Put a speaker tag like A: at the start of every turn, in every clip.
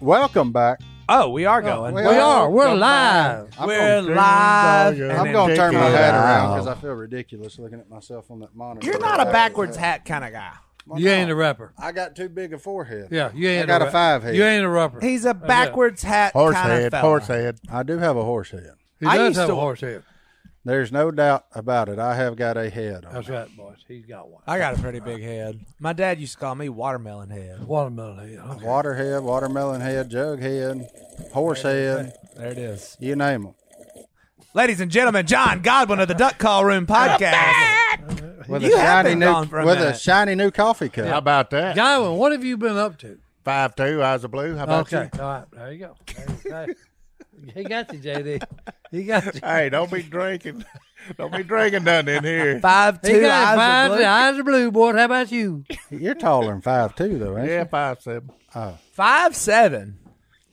A: Welcome back.
B: Oh, we are going.
A: we
C: We are. We're live.
A: I'm
B: We're
A: gonna-
B: live.
C: I'm
B: and
A: I'm going to turn my
B: indicative.
A: hat around because I feel ridiculous looking at myself on that monitor.
B: You're not a backwards hat kind of guy.
A: Well,
C: You
A: no.
C: ain't a rapper.
A: I got too big a forehead.
C: Yeah, you
A: I
C: ain't.
A: got a
C: rap-
A: five head.
C: You ain't a rapper.
B: He's a backwards hat
D: Horse
B: kind
D: head,
B: of fella.
D: horse head.
A: I do have a horse head.
C: He
B: I
C: does
B: used
C: have
B: to-
C: a horse head.
A: There's no doubt about it. I have got a head. On
C: That's right, boys. He's got one.
B: I got a pretty big head. My dad used to call me watermelon head.
C: Watermelon head. Okay.
A: Water head, watermelon head, jug head, horse head,
B: There it is.
A: you name them.
B: Ladies and gentlemen, John Godwin of the Duck Call Room podcast.
A: With
B: You
A: a
B: have
A: shiny
B: been
A: new,
B: gone for a
A: with a
B: minute.
A: shiny new coffee cup.
D: How about that?
C: Godwin, what have you been up to?
D: Five two, eyes of blue. How about
C: Okay. All right. There you go. There you go. he got you, JD. He got you.
D: you? Hey, don't be drinking. don't be drinking nothing in here.
B: Five
C: He
B: two
C: got
B: eyes
C: five
B: of blue.
C: eyes of blue, boys. How about you?
A: You're taller than five two though, ain't
D: Yeah, five seven.
B: Five seven.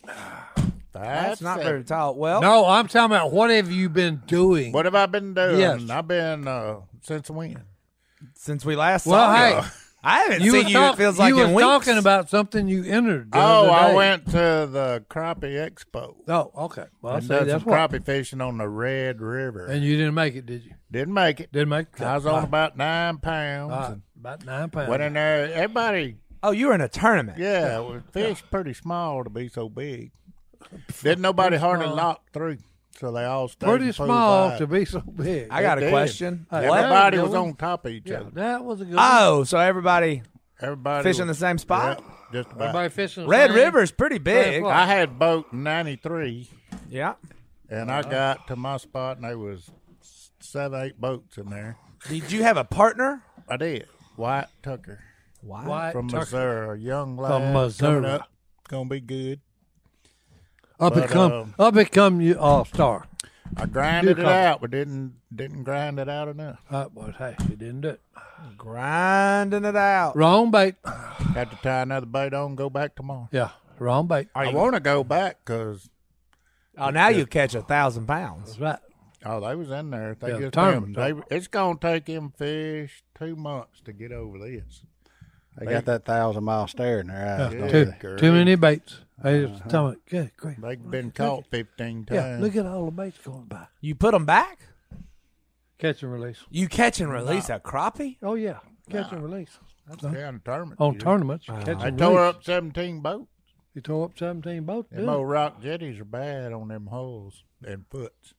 D: Five,
B: That's not
D: seven.
B: very tall. Well,
C: No, I'm talking about what have you been doing?
D: What have I been doing?
C: Yes.
D: I've been uh, since when?
B: since we last
C: Well,
B: saw
C: hey,
B: you, I haven't
C: you were
B: seen you.
C: talk-
B: it feels like
C: you
B: in
C: were
B: weeks.
C: talking about something you entered. the
D: Oh,
C: other
D: I
C: day.
D: went to the crappie expo
C: Oh, okay. Well,
D: and
C: see,
D: done some
C: that's what.
D: crappie fishing on the Red River.
C: And you didn't make it, did you?
D: Didn't make it.
C: Didn't make it. Uh,
D: I was on
C: All right.
D: about nine pounds.
C: All right.
D: and
C: About nine pounds.
D: Went in there. Everybody
B: Oh, you were in a tournament.
D: Yeah, well, fish pretty small to be so big. Didn't nobody hardly lock through, so they all stayed.
C: Pretty
D: in full
C: small
D: fight.
C: to be so big.
B: I got
D: They
B: a
D: did.
B: question.
C: Hey,
B: What?
C: everybody-
D: Everybody was
C: Really?
D: on top of each
C: Yeah,
D: other.
C: that was a good. one.
B: Oh, so everybody
D: Everybody
B: fish in the
D: was-
B: same spot.
D: yeah, just about.
C: everybody fishing. the
B: Red
C: same-
B: River's pretty big.
C: Well,
D: I had boat '93,
B: Yeah.
D: and
C: Uh-huh.
D: I got to my spot, and there was seven, eight boats in there.
B: Did you have a partner?
D: I did. White Tucker
B: Why?
C: White
D: from
C: turkey.
D: Missouri, a young lad
C: From
D: coming
C: Missouri.
D: up, gonna be good.
C: Up and
D: But,
C: come,
D: um,
C: up and come, you all star.
D: I grinded it
C: call.
D: out, but didn't didn't grind it out enough.
C: Uh, but hey, you didn't do it.
B: Grinding it out.
C: Wrong bait.
D: Had to tie another bait on. Go back tomorrow.
C: Yeah, wrong bait.
D: I want to go back because
B: Oh, now you catch a thousand pounds.
C: That's right.
D: oh, they was in there. They
C: Yeah,
D: just them.
C: tournament,
D: They, it's gonna take them fish two months to get over this.
A: They got that thousand mile stare in their eyes. don't
C: Too,
A: they?
C: too many baits. I just
D: Uh-huh.
C: tell me, good, great.
D: They've been caught fifteen times.
C: Yeah, look at all the baits going by.
B: You put them back.
C: Catch and release.
B: You catch and release a crappie.
C: Oh yeah, catch and release.
D: yeah, in the tournament.
C: On Oh,
D: Yeah.
C: tournaments, catch
D: They
C: and
D: Uh-huh. tore
C: release.
D: up seventeen boats.
C: You tore up seventeen boats.
D: Them
C: didn't you?
D: old rock jetties are bad on them holes and foots.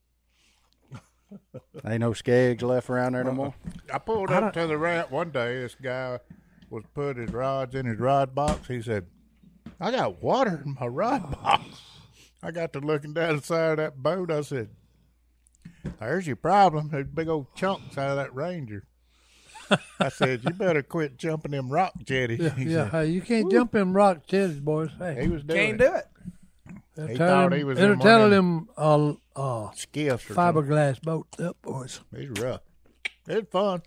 A: Ain't no skegs left around
D: Uh-uh.
A: there no more.
D: I pulled up to the ramp one day. This guy was putting his rods in his rod box. He said, "I got water in my rod box." I got to looking down the side of that boat. I said, "There's your problem. There's big old chunks out of that Ranger." I said, "You better quit jumping them rock jetties."
C: Yeah,
D: he,
C: yeah.
D: said.
C: Hey, you can't jump in rock jetties, boys. Hey,
D: he was doing
B: Can't
D: it.
B: do it.
C: they'll
D: he
C: tear
D: thought
C: them-
D: he was in
C: They'll
D: one of
C: tell
D: them-
C: them uh, uh,
D: Skiffs or something.
C: fiberglass boats up, boys.
D: He's rough. It's fun.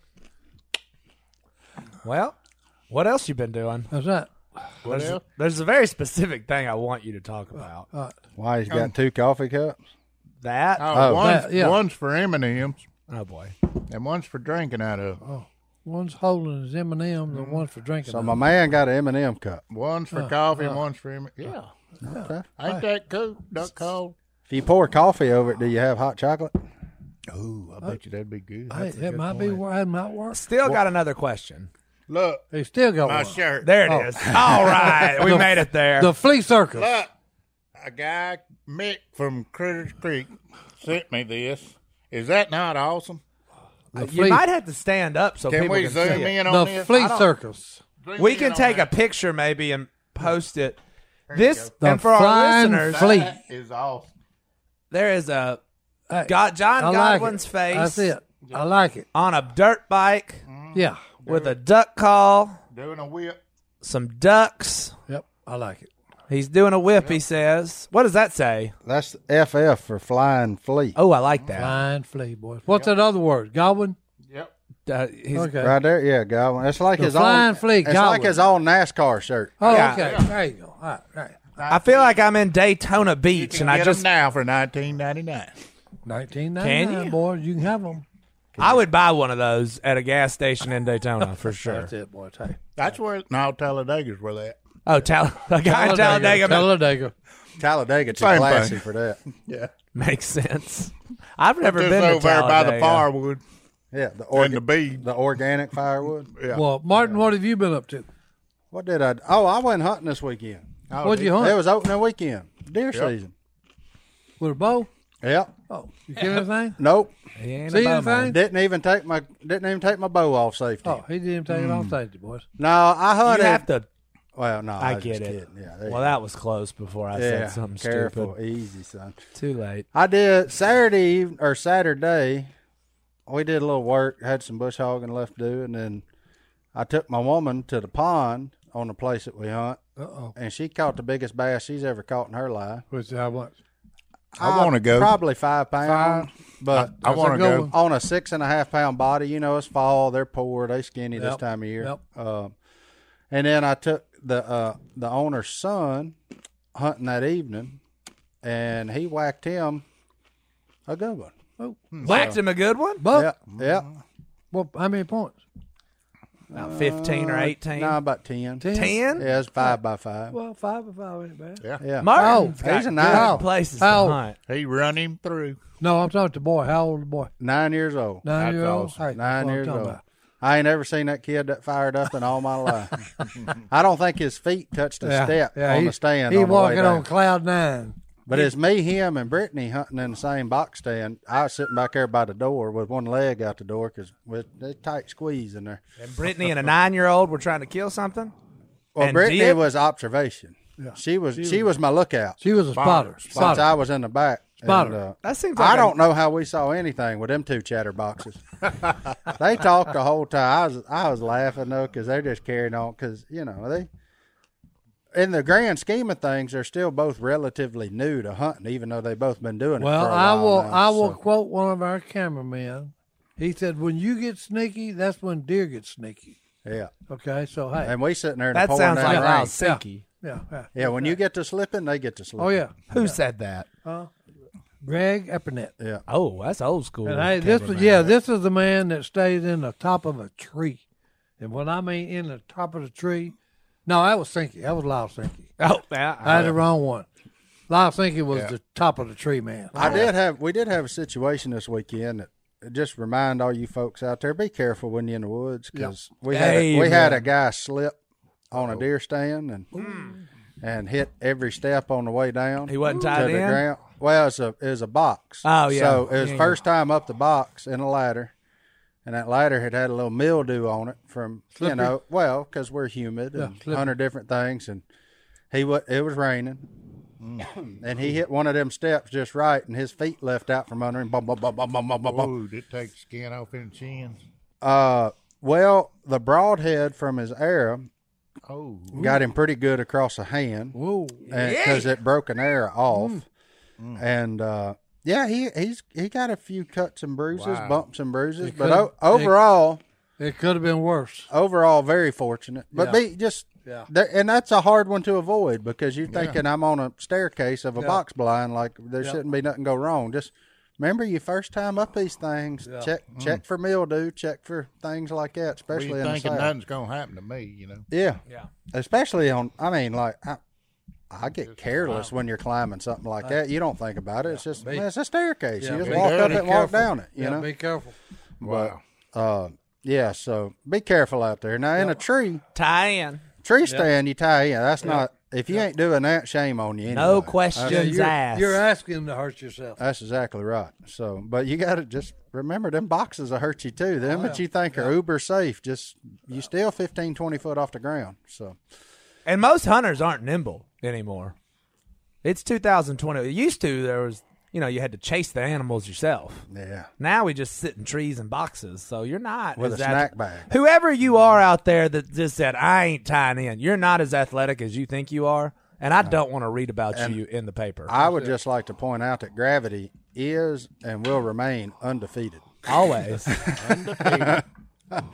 B: Well, what else you been doing?
C: That's right.
D: What else?
B: There's a very specific thing I want you to talk about.
A: Why he's got
C: Um,
A: two coffee cups?
B: That. Oh,
D: Oh,
A: Oh,
D: one's,
C: that, yeah.
D: one's for M and M's
B: boy.
D: and one's for drinking out of.
C: One's holding his M and M's,
D: Mm-hmm.
C: and one's for drinking.
A: So
C: them.
A: my man got an M&M cup.
D: One's for coffee and one's for him. Yeah.
A: Okay.
D: Ain't that cool? Duck cold.
A: If you pour coffee over it, do you have hot chocolate?
D: Oh, I bet you that'd be good.
C: Hey, it might be where it might work.
B: Still got another question.
D: Look,
C: They still got
D: my
C: one.
D: shirt.
B: There it is. All right, we made it there.
C: The Flea Circus.
D: Look, a guy, Mick from Critters Creek, sent me this. Is that not awesome?
C: The
B: you
C: Flea,
B: might have to stand up so
D: Can
B: people
D: we
B: can
D: zoom
B: see it.
D: in on
C: the
D: this?
C: flea
D: I don't-
C: Circus.
D: Zoom
B: We
D: in
B: can
D: on
B: take a
D: that.
B: picture maybe and post it. This
C: go.
B: and
C: The
B: for our
C: flying
B: listeners,
C: flea.
D: That is awesome.
B: there is a
C: Hey,
B: got John
C: I like
B: Godwin's
C: it.
B: face
C: That's it. I like it.
B: on a dirt bike
D: Mm-hmm.
C: Yeah.
E: with a duck call,
D: Doing a whip.
E: some ducks.
C: Yep. I like it.
E: He's doing a whip, he says. What does that say?
A: That's FF for flying flea.
E: Oh, I like that.
C: Fine flea, boys. What's that other word? Godwin?
D: Yep.
E: Uh, he's-
C: Okay.
A: Right there, yeah, Godwin. It's like
C: The
A: his
C: flying
A: own.
C: flea,
A: it's
C: Godwin.
A: like his own NASCAR shirt.
C: Oh,
E: Yeah.
C: okay. There you go. All right. Right.
E: I feel like I'm in Daytona Beach
D: Can
E: and I
D: get 'em
E: just
D: now for nineteen ninety nine.
C: 1999,
E: Can you?
C: boys. You can have them.
E: I would buy one of those at a gas station in Daytona for sure.
C: That's it, boys. Hey.
D: That's where now Talladega's where that.
E: Oh, Tal- a guy in Talladega ma-
C: Talladega.
A: Talladega too
D: Same thing.
A: classy for that.
D: Yeah.
E: makes sense. I've never
D: Just
E: been to
D: over there by the
E: Talladega.
D: firewood
A: Yeah, the
D: and the
A: orga-
D: bee.
A: the organic firewood.
D: Yeah.
C: Well, Martin, what have you been up to?
A: What did I? Oh, I went hunting this weekend.
D: Oh,
C: What'd you hunt?
A: It was opening weekend, deer season.
C: With a bow?
A: Yep.
C: Oh, you kill anything?
A: Nope.
E: He ain't
C: See
E: a bum, man.
C: anything?
A: Didn't even take my didn't even take my bow off safety.
C: Oh, he didn't take it off safety, boys.
A: No, I hunted.
E: You have to.
A: well, no,
E: I,
A: was
E: get
A: just
E: it.
A: Kidding. Yeah. there
E: well,
A: you
E: that was close before I
A: go. yeah.
E: said something
A: careful,
E: stupid.
A: easy, son.
E: Too late.
A: I did Saturday eve- or Saturday. We did a little work, had some bush hogging left to do, and then I took my woman to the pond on the place that we hunt,
C: Uh oh.
A: and she caught the biggest bass she's ever caught in her life.
C: Which I want.
D: I wanna go.
A: Probably five pounds, but
D: I want to
C: That's a good
D: go.
C: one.
A: on a six and a half pound body. You know, it's fall. They're poor. They skinny this
C: Yep,
A: time of year.
C: yep.
A: Um, and then I took the uh, the owner's son hunting that evening, and he whacked him a good one.
C: Oh,
E: Whacked him a good one?
C: buck.
A: Yeah, yeah.
C: Well, how many points?
E: About 15 or 18.
A: No, about ten.
E: 10?
A: Yeah, it's five by five.
C: Well, five or five ain't bad.
D: Yeah.
A: Yeah.
E: Martin's
A: Oh,
E: got
A: he's a
E: good
A: nine.
E: places
C: How-
E: to hunt.
D: He run him through.
C: No, I'm talking about the boy. How old the boy?
A: Nine years old.
C: Nine year old.
D: awesome.
C: Hey, that's
A: Nine
C: what I'm
A: years
C: talking
A: old.
C: about.
A: I ain't ever seen that kid that fired up in all my life. I don't think his feet touched a step on
C: he-
A: the stand.
C: He
A: on the way
C: walking on
A: down.
C: cloud nine.
A: But it's me, him, and Brittany hunting in the same box stand. I was sitting back there by the door with one leg out the door because with a tight squeeze in there.
E: And Brittany and a nine year old were trying to kill something?
A: Well,
E: And
A: Brittany
E: did?
A: was observation. She was she, was, my lookout
C: She was a spotter.
A: since
C: Spotter.
A: I was in the back. uh,
C: Spotter.
E: That seems like
A: I
E: a-
A: don't know how we saw anything with them two chatterboxes. they talked the whole time. I was I was laughing though because they're just carrying on because you know they. In the grand scheme of things, they're still both relatively new to hunting, even though they've both been doing it.
C: Well,
A: for a
C: I
A: while
C: will.
A: now,
C: I will
A: so-
C: quote one of our cameramen. He said, "When you get sneaky, that's when deer get sneaky."
A: Yeah,
C: Okay, so hey,
A: and we sitting there. in the
E: That
A: pouring
E: sounds
A: down
E: like
A: rain.
E: Al Sinky.
C: yeah, yeah.
A: Yeah, when you get to slipping, they get to slipping.
C: Oh yeah,
E: Who said that?
C: Greg Epinette.
E: Oh, that's old school.
C: And hey, this was yeah, this is the man that stays in the top of a tree, and when I mean in the top of the tree, no, that was Sinky. That was Lyle Sinky.
E: Oh, yeah.
C: I had the wrong one. Lyle Sinky was the top of the tree man.
A: I did have we did have a situation this weekend that just remind all you folks out there be careful when you're in the woods because we had a,
E: Hey,
A: we had a guy slip on a deer stand and and hit every step on the way down.
E: He wasn't
A: to
E: tied
A: the
E: in?
A: ground. Well, it's a it was a box.
E: Oh, yeah.
A: So it was
E: Yeah,
A: first time up the box in a ladder. And that ladder had had a little mildew on it from you know well because we're humid and
C: slippery.
A: hundred different things and he was it was raining and he hit one of them steps just right, and his feet left out from under him. Bum, bum, bum, bum, bum, bum, bum, bum.
D: Ooh, it takes skin off his chins.
A: Uh, well, the broadhead from his arrow
D: Oh,
A: got him pretty good across the hand
C: Whoa,
A: because it broke an arrow off. And uh, yeah, he he's he got a few cuts and bruises, bumps and bruises, but o-
C: couldn't- they-
A: overall,
C: it could have been worse.
A: overall, very fortunate. But
C: Yeah.
A: be just.
C: Yeah.
A: there- and that's a hard one to avoid because you're thinking I'm on a staircase of a box blind, like there shouldn't be nothing go wrong. Just remember your first time up these things. Check
C: Mm.
A: check for mildew, check for things like that,
D: you
A: especially in the
D: thinking
A: south.
D: nothing's gonna happen to me, you know?
A: Yeah,
E: Yeah.
A: especially on. I mean, like I, I get
C: uh,
A: careless when you're climbing something like that. You don't think about it. It's just man, it's a staircase. you just
C: be
A: walk up
D: very
A: it, walk
D: careful.
A: down it. You
C: yeah,
A: know.
C: be careful.
D: Wow.
A: uh, yeah. So be careful out there. Now in a tree
E: Tie in.
A: tree stand you tie in. That's not if you ain't doing that, shame on you. Anyway.
E: No
C: Yeah,
E: questions
C: you're,
E: asked.
C: you're asking to hurt yourself.
A: That's exactly right. So, but you got to just remember them boxes will hurt you too. Them that you think are uber safe, just you still 15, 20 foot off the ground. So,
E: and most hunters aren't nimble anymore. It's 2020. It used to, there was
B: you know, you had to chase the animals yourself.
A: Yeah.
B: Now we just sit in trees and boxes, so you're not
A: With
B: as
A: a
B: ath-
A: snack bag.
B: Whoever you are out there that just said I ain't tying in, you're not as athletic as you think you are, and I don't want to read about you in the paper.
A: I would just like to point out that gravity is and will remain undefeated.
B: Always.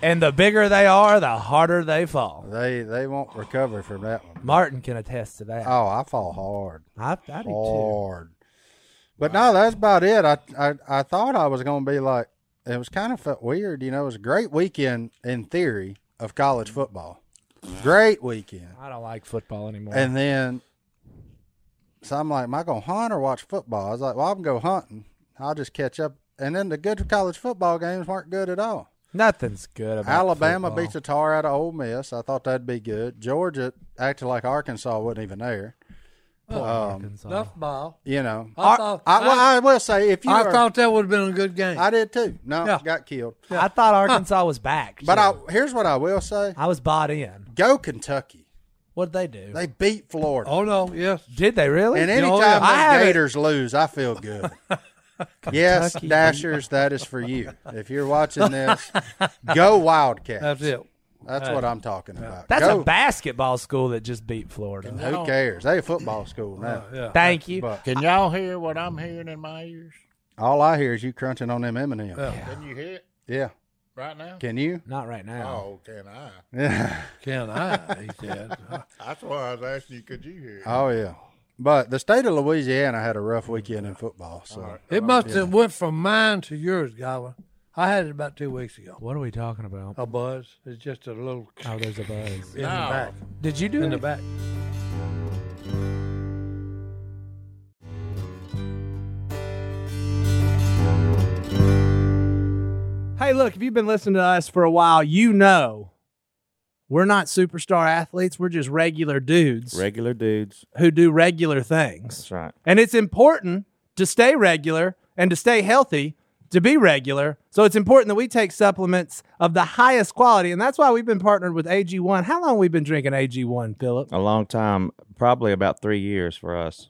B: and the bigger they are, the harder they fall.
A: They they won't recover from that one.
B: Martin can attest to that.
A: Oh, I fall hard,
B: I, I do too.
A: hard. But no, that's about it. I I, I thought I was going to be like it was kind of felt weird, you know. It was a great weekend in theory of college football. Great weekend.
B: I don't like football anymore.
A: And then, so I'm like, am I going to hunt or watch football? I was like, well, I'm going to go hunting. I'll just catch up. And then the good college football games weren't good at all.
B: Nothing's good about
A: Alabama
B: football.
A: beats the tar out of Ole Miss. I thought that'd be good. Georgia acted like Arkansas wasn't even there.
B: Oh, Arkansas.
C: Duffball.
A: You know,
C: I
A: Ar-
C: thought-
A: I, well, I, will say if you,
C: I
A: are-
C: thought that would have been a good game.
A: I did too. No,
C: Yeah.
A: got killed.
B: I thought Arkansas was back.
A: But
B: too.
A: I, here's what I will say:
B: I was bought in.
A: Go Kentucky.
B: What'd they do?
A: They beat Florida.
C: oh no, yes.
B: Did they really?
A: And
C: any-
A: anytime
C: Oh, yeah.
B: I
A: the
B: haven't-
A: Gators lose, I feel good. yes,
B: Kentucky.
A: Dashers, that is for you. If you're watching this, go Wildcats.
C: That's it.
A: That's what I'm talking about.
B: That's
A: Go.
B: a basketball school that just beat Florida.
A: Who cares? They a football school now.
C: Oh, Yeah.
B: Thank you.
A: But
D: Can y'all hear what I'm hearing in my ears?
A: all I hear is you crunching on them M&Ms. Yeah.
D: Can you hear it right now?
A: Can you?
B: Not right now.
D: Oh, can I?
A: Yeah.
C: Can I? He said.
D: That's why I was asking you. Could you hear? it?
A: Oh yeah. But the state of Louisiana had a rough weekend in football. So
C: It must have went from mine to yours, Godwin. I had it about two weeks ago.
B: What are we talking about?
C: A buzz. It's just a little
B: Oh, there's a buzz.
C: in the back.
B: Did you do
C: In the
B: any-
C: back.
B: Hey, look, if you've been listening to us for a while, you know we're not superstar athletes. We're just regular dudes
F: Regular dudes.
B: who do regular things.
F: That's right.
B: And it's important to stay regular and to stay healthy to be regular. So it's important that we take supplements of the highest quality. And that's why we've been partnered with AG1. How long have we been drinking AG1, Philip?
F: A long time, probably about three years for us.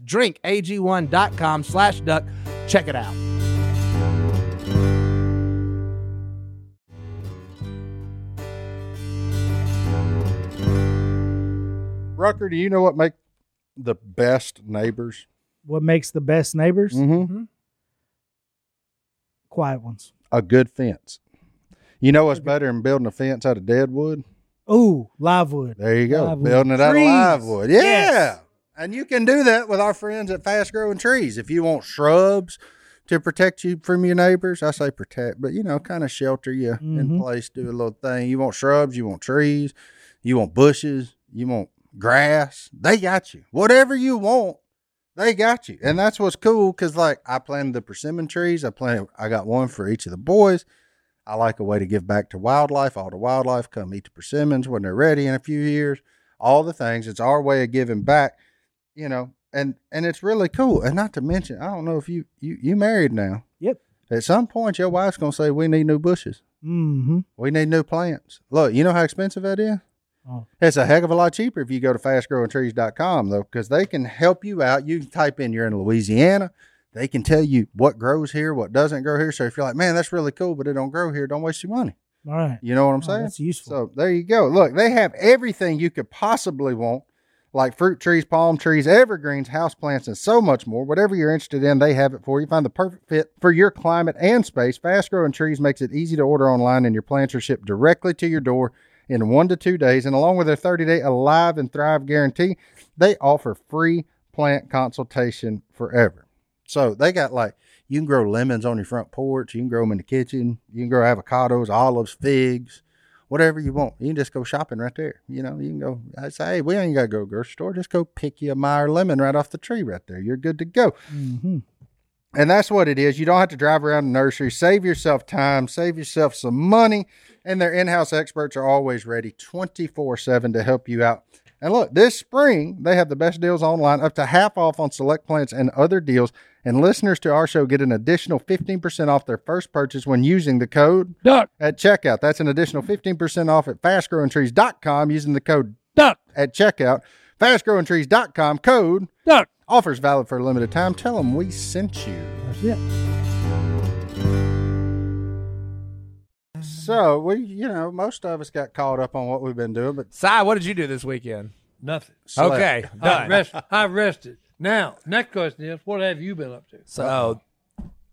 B: drinkag1.com slash duck. Check it out.
A: Rucker, do you know what make the best neighbors?
G: What makes the best neighbors?
A: Mm-hmm.
H: quiet ones.
A: A good fence. You know what's better than building a fence out of dead wood?
H: Ooh, live wood.
A: There you go.
H: Live wood.
A: Building it out
H: Trees.
A: of live wood. Yeah.
H: Yes.
A: And you can do that with our friends at Fast Growing Trees. If you want shrubs to protect you from your neighbors, I say protect, but you know, kind of shelter you in
H: Mhm.
A: place, do a little thing. You want shrubs, you want trees, you want bushes, you want grass. They got you. Whatever you want, they got you. And that's what's cool because, like, I planted the persimmon trees. I planted, I got one for each of the boys. I like a way to give back to wildlife. All the wildlife come eat the persimmons when they're ready in a few years. All the things. It's our way of giving back, you know. And and it's really cool. And not to mention, I don't know if you you you married now.
H: Yep.
A: At some point, your wife's gonna say, "We need new bushes.
H: Mm-hmm.
A: We need new plants." Look, you know how expensive that is.
H: Oh.
A: It's a heck of a lot cheaper if you go to fastgrowingtrees.com though, because they can help you out. You can type in you're in Louisiana. They can tell you what grows here, what doesn't grow here. So if you're like, man, that's really cool, but it don't grow here, don't waste your money.
H: All right.
A: You know what I'm
H: Oh,
A: saying?
H: that's useful.
A: So there you go. Look, they have everything you could possibly want, like fruit trees, palm trees, evergreens, houseplants, and so much more. Whatever you're interested in, they have it for you. Find the perfect fit for your climate and space. Fast growing trees makes it easy to order online, and your plants are shipped directly to your door in one to two days. And along with their 30 day Alive and Thrive guarantee, they offer free plant consultation forever. So they got like you can grow lemons on your front porch, you can grow them in the kitchen, you can grow avocados, olives, figs, whatever you want. You can just go shopping right there. You know, you can go. I say, hey, we ain't gotta go to a grocery store. Just go pick you a Meyer lemon right off the tree right there. You're good to go.
H: Mm-hmm.
A: And that's what it is. You don't have to drive around the nursery. Save yourself time, save yourself some money. And their in house experts are always ready 24 7 to help you out. And look, this spring, they have the best deals online, up to half off on select plants and other deals. And listeners to our show get an additional 15% off their first purchase when using the code
C: Duck.
A: at checkout. That's an additional 15% off at fastgrowingtrees.com using the code
C: Duck.
A: at checkout. Fastgrowingtrees.com code
C: Duck.
A: offers valid for a limited time. Tell them we sent you.
H: That's it.
A: So we, you know, most of us got caught up on what we've been doing, but
B: Si, what did you do this weekend?
C: Nothing.
A: slept.
B: Okay,
C: I,
B: done.
C: rest, I rested. Now, next question is, what have you been up to?
B: So,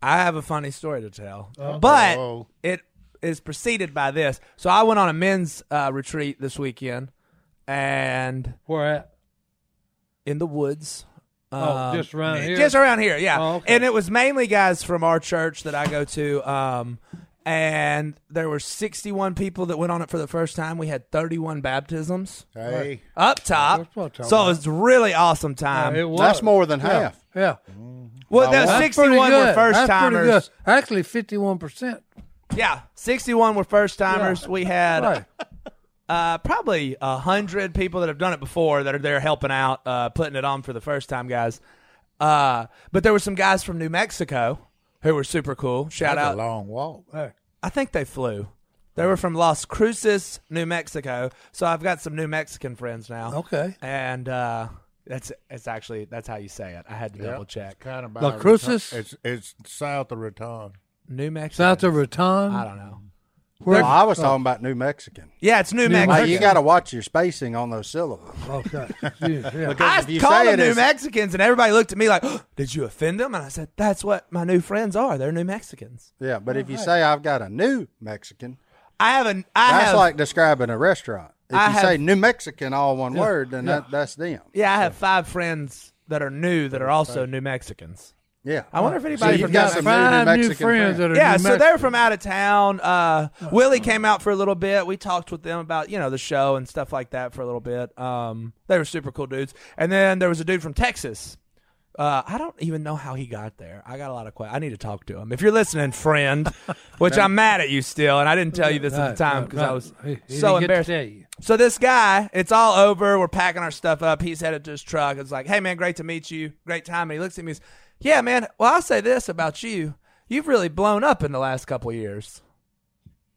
B: I have a funny story to tell, but
D: Uh-oh.
B: it is preceded by this. So, I went on a men's uh, retreat this weekend, and
C: Where at?
B: in the woods.
C: Oh, just around
B: yeah,
C: here?
B: Just around here, yeah.
C: Oh, okay.
B: And it was mainly guys from our church that I go to. Um, and there were 61 people that went on it for the first time. We had 31 baptisms
D: Hey,
B: up top.
C: That's what I'm talking
B: So it
C: about.
B: was a really awesome time.
C: Yeah, it was.
A: that's more than
C: Yeah,
A: half.
C: Yeah.
B: well, that
C: That's pretty
B: 61 were
C: good.
B: first
C: That's pretty
B: timers.
C: good. Actually, 51%.
B: Yeah, 61 were first timers.
C: Yeah.
B: We had
C: Right.
B: uh, probably a hundred people that have done it before that are there helping out, uh, putting it on for the first time, guys. Uh, but there were some guys from New Mexico who were super cool. Shout
D: that's a
B: out!
D: long walk.
C: Hey,
B: I think they flew. They were from Las Cruces, New Mexico. So I've got some New Mexican friends now.
C: Okay.
B: and uh, that's it's actually that's how you say it. I had to double check.
D: Kind of by
C: La
D: Raton-
C: Cruces?
D: It's it's south of Raton.
B: New Mexico.
C: South of Raton. Oh,
B: I don't know.
A: Well, I was talking about New Mexican.
B: Yeah, it's New, Mexico.
A: Like you got to watch your spacing on those syllables.
C: Okay. Yeah, yeah.
A: Because
B: I
A: if you
B: called
A: say
B: them
A: it
B: New
A: as-
B: Mexicans, and everybody looked at me like, "Did you offend them?" And I said, "That's what my new friends are. They're New Mexicans.
A: yeah, but if you say I've got a new Mexican,
B: I have an. I
A: that's
B: have,
A: like describing a restaurant. If
B: I
A: you
B: have-
A: say New Mexican all one word, then that, that's them.
B: yeah, I have five friends that are new that are also New Mexicans.
A: Yeah.
B: I wonder if
A: so
B: anybody
A: you've
B: from
A: got
B: New
A: some new New
C: Find new,
A: Mexican
C: friends that are
B: yeah,
C: New
B: so they're from out of town. Uh,
C: Oh,
B: Willie came out for a little bit. We talked with them about you know the show and stuff like that for a little bit. Um, they were super cool dudes. And then there was a dude from Texas. Uh, I don't even know how he got there. I got a lot of questions. I need to talk to him. If you're listening, friend, which I'm mad at you still, and I didn't tell you this at the
C: Right,
B: time
C: right,
B: because I
C: right.
B: was
C: He-
B: so
C: he didn't get to
B: embarrassed.
C: tell you.
B: So this guy, it's all over. We're packing our stuff up. He's headed to his truck. It's like, hey man, great to meet you. Great time. And he looks at me. He's, yeah, man. Well, I'll say this about you. You've really blown up in the last couple of years.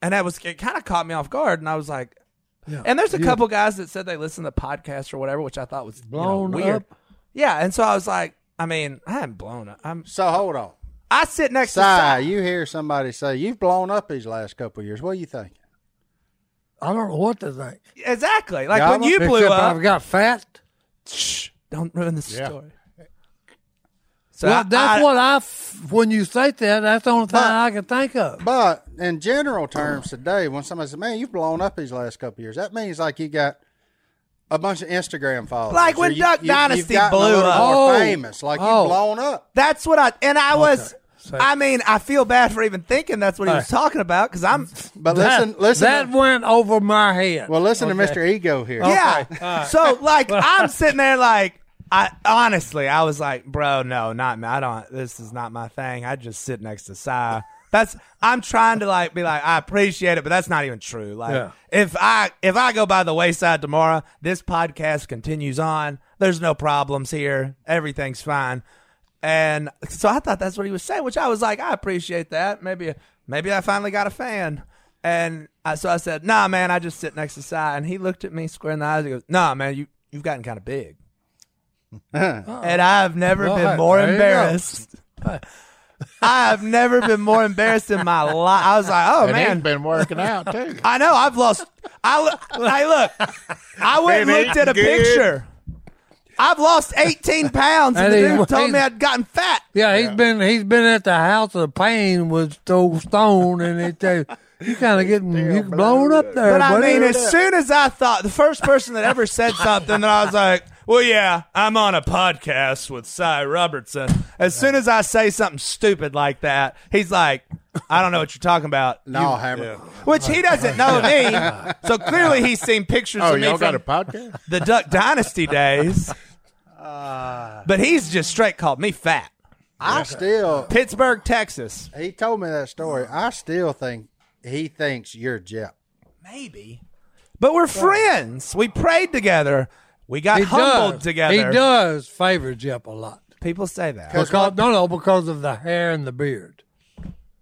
B: And that was it. Kind of caught me off guard. And I was like,
C: Yeah.
B: and there's a
C: You
B: couple guys that said they listen to podcasts or whatever, which I thought was you know,
C: blown
B: weird.
C: up.
B: Yeah. And so I was like, I mean, I am blown up. I'm.
A: So hold on.
B: I sit next
A: Sigh,
B: to. Si.
A: you hear somebody say, You've blown up these last couple of years. What do you think?
C: I don't know what to think.
B: Exactly. Like
A: Yeah,
B: when
A: I'm-
B: you blew
C: Except
B: up.
C: I've got fat.
B: Shh, don't ruin the
D: Yeah.
B: story.
E: So
B: So
E: I-
C: well, that's
E: I-
C: what I. F- when you say that, that's the only thing I can think of.
A: But in general terms today, when somebody says, "Man, you've blown up these last couple years," that means like you got a bunch of Instagram followers.
B: Like when
A: or you-
B: Duck
A: you- you've
B: Dynasty
A: gotten a
B: blew
A: little
B: up.
A: more
C: Oh.
A: famous, like
C: Oh.
A: you've blown up.
B: That's what I and I was.
C: So-
B: I mean, I feel bad for even thinking that's what he was talking about because I'm.
A: But
C: That-
A: listen, listen.
C: That went over my head.
A: well, listen to Mr. Ego here.
B: Yeah. So like I'm sitting there like I honestly I was like, bro, no, not me. I don't. This is not my thing. I just sit next to Cy. That's I'm trying to like be like I appreciate it, but that's not even true. Like
C: Yeah.
B: if I if I go by the wayside tomorrow, this podcast continues on. There's no problems here. Everything's fine. And so I thought that's what he was saying, which I was like, I appreciate that. Maybe maybe I finally got a fan. And I, so I said, Nah, man, I just sit next to Cy. And he looked at me square in the eyes. and goes, Nah, man, you you've gotten kind of big. and I've never
C: Well,
B: been more
C: there you go.
B: embarrassed. I have never been more embarrassed in my life. I was like, Oh
D: and
B: man,
D: he's been working out too.
B: I know. I've lost. I lo- hey, look. I went and
D: Been
B: looked at a
D: eating good.
B: picture. I've lost 18 pounds, and
C: And
B: the
C: he-
B: dude told
C: he-
B: me I'd gotten fat.
C: yeah, he's been he's been at the house of pain with Stone Stone, and they tell you you kind of getting you blown up there.
B: But I
C: buddy.
B: mean, as soon as I thought, the first person that ever said something, that I was like, well, yeah, I'm on a podcast with Cy Robertson. As soon as I say something stupid like that, he's like, I don't know what you're talking about.
A: No, hammer.
B: Which he doesn't know me. So clearly he's seen pictures
D: Oh,
B: of me
D: y'all got
B: from
D: a podcast?
B: the Duck Dynasty days. but he's just straight called me fat.
A: I still.
B: Pittsburgh, Texas.
A: He told me that story. I still think he thinks you're Jep.
B: Maybe. But we're friends. We prayed together. We got
C: he
B: humbled
C: does,
B: together.
C: He does favor Jep a lot
B: People say that.
A: That's
C: because
A: what-
C: no, no, because of the hair and the beard.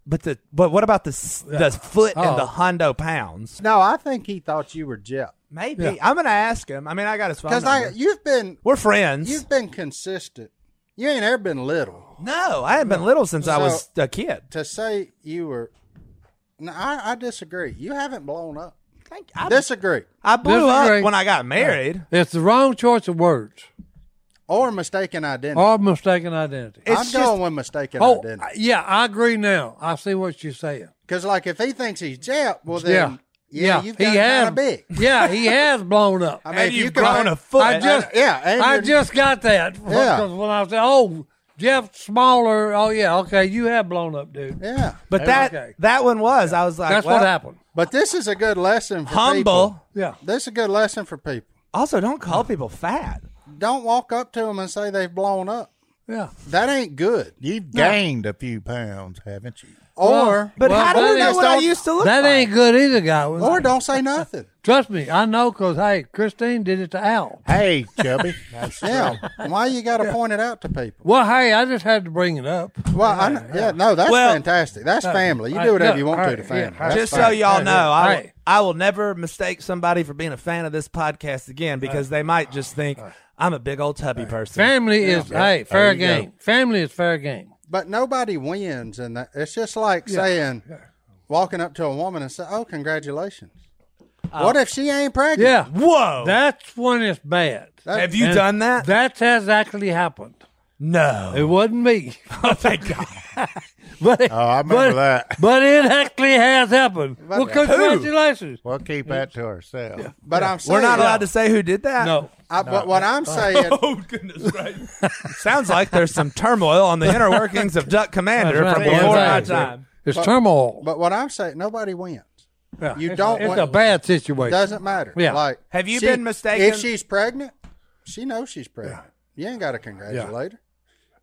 B: But the but what about the s the foot and the
C: Oh.
B: hundo pounds?
A: No, I think he thought you were Jep
B: Maybe. I'm gonna ask him. I mean, I got his phone
A: because I
B: number.
A: you've been
B: we're friends.
A: you've been consistent. You ain't ever been little.
B: no, I haven't been little since I was
A: So-
B: a kid.
A: to say you were. No, I, I disagree. You haven't blown up.
B: Thank- I,
A: Disagree
B: I blew
C: Disagree.
B: up when I got married.
C: It's the wrong choice of words
A: or mistaken identity.
C: or mistaken identity.
B: It's
A: I'm
B: just-
A: going with mistaken
C: oh,
A: identity
C: yeah, I agree now. I see what you're saying.
A: because, like, if he thinks he's Jep, well
C: Yeah.
A: then, yeah, you've got
C: he
A: kind
C: has.
A: of big.
C: Yeah, he has blown up.
A: I mean,
B: and
A: if
B: you've
A: you can-
B: grown a foot.
C: I just,
A: yeah, and
C: I
A: you're-
C: just got that.
A: Yeah.
C: Because when I said, "Oh, Jeff Smaller," oh yeah, okay, you have blown up, dude.
A: Yeah,
B: but that
C: okay.
B: that one was. I was like,
C: That's
B: well,
C: what happened.
A: but this is a good lesson. For
B: Humble.
A: people.
C: Yeah,
A: This is a good lesson for people.
B: Also, don't call people fat.
A: Don't walk up to them and say they've blown up.
C: yeah.
A: That ain't good.
D: You've gained a few pounds, haven't you?
A: Or
B: But
C: Well,
B: how do
C: that
B: you know
C: is-
B: what I
A: don't-
B: used to look
C: That
B: like?
C: ain't good either, guy.
A: or don't say nothing.
C: Trust me, I know. Cause hey, Christine did it to Al.
D: Hey, chubby.
A: Yeah. Why you got to point it out to people?
C: Well, hey, I just had to bring it up.
A: Well, I, kn- yeah, no, that's
B: Well-
A: fantastic. That's family. You
C: I-
A: do whatever
C: yeah,
A: you want
C: all
A: to
C: right,
A: to family.
C: yeah,
A: That's
B: Just so
A: fine.
B: y'all
C: Hey,
B: know, I, will,
C: hey.
B: I will never mistake somebody for being a fan of this podcast again because they might just think I'm a big old tubby person.
C: Family is hey, fair game. Family is fair game.
A: But nobody wins, and that it's just like saying, walking up to a woman and say, "Oh, congratulations." what if she ain't pregnant?
C: Uh, Yeah,
B: Whoa!
C: that's when it's bad.
A: That-
B: Have you
C: And
B: done that?
C: That has actually happened. It
B: no.
C: wasn't me.
B: Oh, thank God.
C: But it,
D: Oh, I remember
C: but,
D: that.
C: But it actually has happened. well, congratulations.
D: We'll keep that to ourselves.
A: but I'm saying
B: We're not allowed to say who did that.
C: No.
A: I, but what I'm saying,
B: Oh goodness gracious! Sounds like there's some turmoil on the inner workings of Duck Commander
C: That's
B: from
C: right.
B: before my
C: Exactly.
B: time.
C: It's turmoil.
A: but what I'm saying, nobody wins.
C: Yeah.
A: you
C: It's-
A: don't
C: It's
A: want-
C: a bad situation.
A: Doesn't matter.
C: Yeah.
A: Like,
B: Have you been mistaken-
A: If she's pregnant, she knows she's pregnant. You ain't got to congratulate her.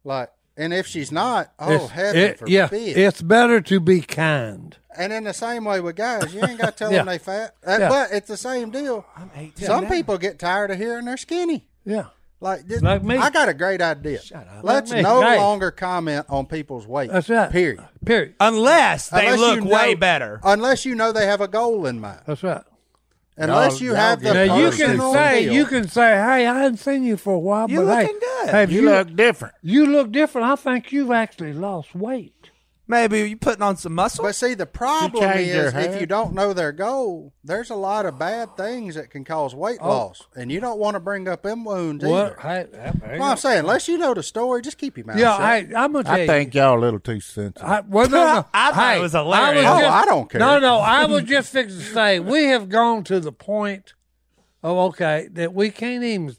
A: Like, and if she's not, oh
C: It's-
A: heaven
C: it-
A: forbid.
C: yeah, it's better to be kind.
A: And in the same way with guys, you ain't got to tell them
C: Yeah.
A: they fat. Uh,
C: Yeah.
A: But it's the same deal.
B: I'm 18
A: Some
B: now.
A: people get tired of hearing they're skinny.
C: Yeah.
A: Like, this,
C: Like me.
A: I got a great idea. Shut up. Let's
C: Like me.
A: no
C: Hey.
A: longer comment on people's weight.
C: That's right.
A: Period.
C: Period.
B: unless Uh, they
A: Unless
B: look
A: you
B: way
A: know-
B: better.
A: Unless you know they have a goal in mind.
C: That's right.
A: Unless
D: Y'all-
A: you
D: y'all
A: have the
D: get-
C: Now you can
A: personal
C: say
A: deal.
C: you can say, "Hey, I hadn't seen you for a while,
B: You
C: but hey,
B: looking good.
C: hey, if
D: You
C: you
D: look different.
C: you look different. I think you've actually lost weight."
B: Maybe you putting on some muscle.
A: But see, the problem
D: change your
A: is if
D: hat.
A: you don't know their goal, there's a lot of bad things that can cause weight loss, and you don't want to bring up them wounds
C: What?
A: either.
C: Oh. Hey, hey, hey.
A: Well, I'm saying, unless you know the story, just keep your mouth
C: yeah,
A: shut.
C: hey, I'm gonna tell
D: I
C: you.
D: think y'all a little too sensitive.
C: I, well, no, no.
B: I thought it
C: Hey,
B: was hilarious.
A: Oh,
C: just-
A: I don't care.
C: No, no, I was just fixing to say we have gone to the point of okay that we can't even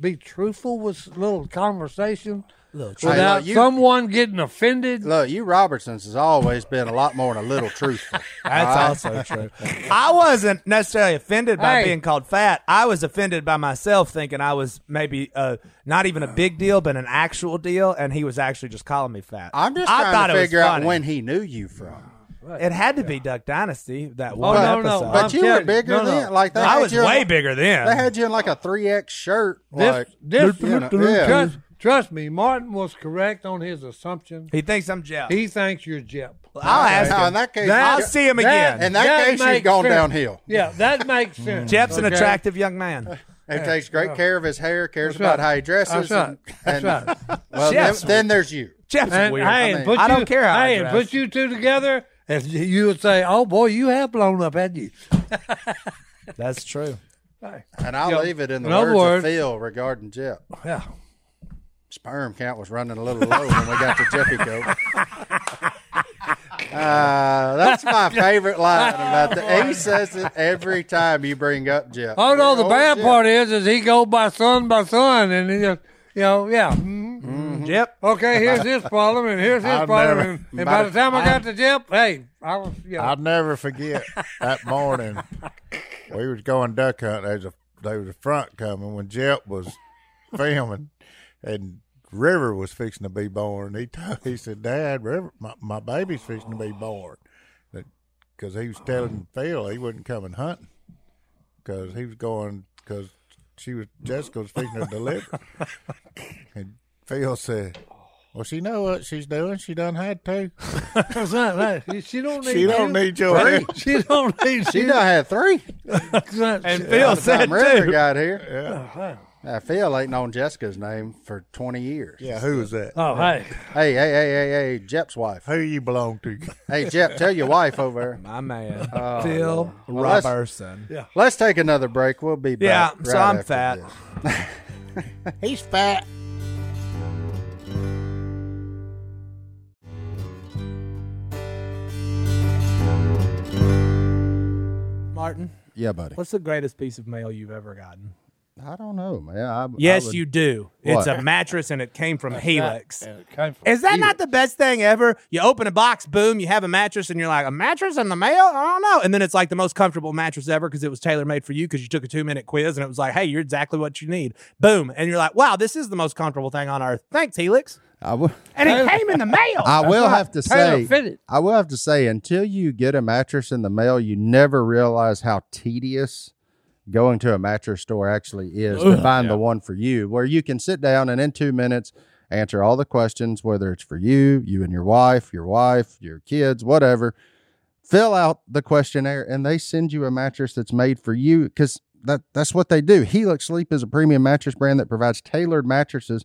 C: be truthful with little conversation
A: Hey,
C: without
A: look, you-
C: someone getting offended.
A: Look, you Robertsons has always been a lot more than a little truthful.
B: That's also true. I wasn't necessarily offended by
C: Hey.
B: being called fat. I was offended by myself thinking I was maybe uh, not even a big deal, but an actual deal, and he was actually just calling me fat.
A: I'm just
B: I
A: trying
B: thought
A: to
B: it was
A: figure out
B: funny.
A: when he knew you from.
B: It had to be Duck Dynasty that one
C: Oh, no, no,
B: episode.
C: I'm
A: But you were
C: telling you,
A: bigger
C: no, no.
A: then. Like they
B: I
A: had
B: was
A: you in
B: way
A: like-
B: bigger then.
A: They had you in like a three X shirt.
C: This,
A: Like
C: this,
A: you know, yeah.
C: trust, trust me, Martin was correct on his assumption.
B: he thinks I'm Jeff.
C: He thinks you're Jep.
B: I'll ask
A: Now,
B: him.
A: in that case,
C: That-
B: I'll see him
C: that-
B: again.
A: In that case, you've
C: makes
A: gone
C: sense.
A: downhill.
C: Yeah, that makes
A: Hmm.
C: sense.
B: Jeff's an
C: Okay?
B: attractive young man.
A: he takes great care of his hair, cares
C: That's
A: about
C: right.
A: how he dresses.
C: That's right.
A: and,
C: That's
A: and- Well, then,
B: Yes.
A: then there's you.
B: Jeff's
C: And,
B: weird.
C: hey,
A: I
C: and
A: mean-
C: put
B: I
C: you,
B: don't care how I
C: Hey, and
B: dress.
C: put you two together, and you- you would say, "Oh boy, you have blown up, hadn't you?"
B: That's true.
A: And I'll
C: Yeah.
A: leave it in the
C: In other
A: words
C: words-
A: of Phil regarding Jeff.
C: Yeah.
A: Sperm count was running a little low when we got to Jeffico. Uh, that's my favorite line about the. He says it every time you bring up Jeff.
C: Oh no, the
A: Old
C: bad
A: Jeff.
C: part is, is he go by son by son, and he just, you know, yeah. mhm.
A: Mm-hmm.
B: Jep.
C: Okay, here's his problem, and here's his
D: I'll
C: problem,
D: never-
C: and, and by the time I got to Jep, hey, I was, yeah.
D: I'll never forget that morning. We was going duck hunting. There's a there was a front coming when Jeff was filming, and River was fixing to be born. He told, he said, "Dad, River, my, my baby's fixing to be born," because he was telling Phil he wasn't coming hunting because he was going because she was Jessica was fixing to deliver, and Phil said. Well, she know what she's doing. She done had to.
C: That's right, right. She don't need.
D: She don't
C: you.
D: need your help.
C: She don't need.
A: She done had three.
B: And Phil said
A: Time River
B: too.
A: got here.
C: Oh,
A: Yeah. Phil ain't known Jessica's name for twenty years.
D: Yeah, who is that?
C: Oh hey,
A: Hey, hey, hey, hey, hey, Jep's wife.
D: Who you belong to?
A: Hey, Jep, tell your wife over. there.
B: My man, Phil
A: Oh, Well, that's-
B: Robertson. Yeah,
A: Let's take another break. We'll be back.
B: so
A: right
B: I'm
A: after
B: fat.
A: this.
D: He's fat.
E: Martin,
A: Yeah, buddy.
E: what's the greatest piece of mail you've ever gotten?
A: I don't know, man. I,
E: Yes,
A: I would-
E: you do. It's
A: What?
E: a mattress and it came from Helix.
C: And it came from-
E: Is that not the best thing ever? You open a box, boom, you have a mattress, and you're like, a mattress in the mail? I don't know. And then it's like the most comfortable mattress ever because it was tailor made for you because you took a two minute quiz and it was like, hey, you're exactly what you need. Boom. And you're like, wow, this is the most comfortable thing on earth. Thanks, Helix.
A: I would.
E: And it came in the mail.
A: I will have to
C: Taylor
A: say,
C: fitted.
A: I will have to say, until you get a mattress in the mail, you never realize how tedious going to a mattress store actually is to find the one for you, where you can sit down and in two minutes answer all the questions, whether it's for you, you and your wife, your wife, your kids, whatever. Fill out the questionnaire, and they send you a mattress that's made for you because. That, that's what they do. Helix Sleep is a premium mattress brand that provides tailored mattresses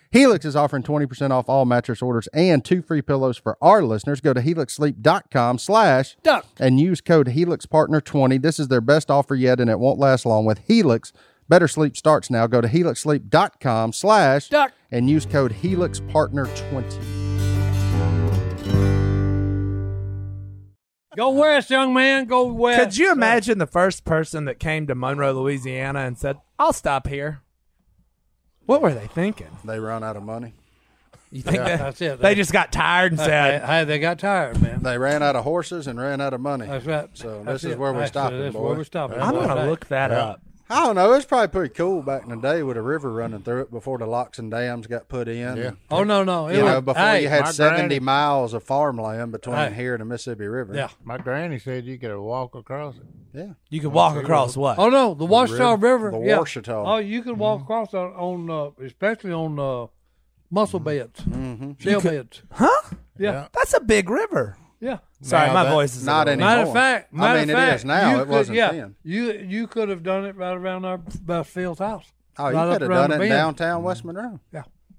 A: Helix is offering 20% off all mattress orders and two free pillows for our listeners. Go to helixsleep.com slash duck and use code HelixPartner20. This is their best offer yet, and it won't last long with Helix. Better sleep starts now. Go to helixsleep.com slash duck and use code HelixPartner20.
C: Go west, young man. Go west.
B: Could you imagine the first person that came to Monroe, Louisiana and said, I'll stop here? What were they thinking?
A: They run out of money.
B: You think
C: Yeah,
B: that-
C: that's it.
B: they just got tired and
C: Hey,
B: said,
C: hey, they got tired, man.
A: They ran out of horses and ran out of money.
C: That's right.
A: So
C: That's
A: this is
C: it.
A: where we
C: That's it.
A: stopping,
C: That's
A: boy.
C: where we're stopping.
B: I'm
C: boy.
B: going to
C: Hey,
B: look that up.
A: I don't know. It was probably pretty cool back in the day with a river running through it before the locks and dams got put in.
D: Yeah.
C: Oh no, no. It
A: You
C: was-
A: know, before
C: hey,
A: you had
D: my
A: 70
D: granny-
A: miles of farmland between
C: Hey.
A: here and the Mississippi River.
C: Yeah.
D: My granny said you could walk across it.
A: Yeah.
B: You could walk across what?
C: Oh no, the Washita
A: riv-
C: River.
A: the
C: yeah.
A: Washita.
C: Oh, you can
B: Mm-hmm.
C: walk across on, on uh, especially on uh, mussel
A: Mm-hmm.
C: beds, shell beds.
B: Huh?
C: Yeah,
B: That's a big river.
C: yeah.
B: Sorry,
D: Now
B: my
D: that-
B: voice is
A: not
B: a little-
A: any-
C: Matter of
A: Anymore.
C: fact,
A: I
C: matter
A: mean,
C: of
A: it
C: fact,
A: is now.
C: you
A: It
C: could-
A: wasn't
C: yeah,
A: then.
C: You you could have done it right around our about Phil's house.
A: Oh, you
C: Right up
A: could have
C: around
A: done
C: the
A: it in
C: bend.
A: downtown West Monroe.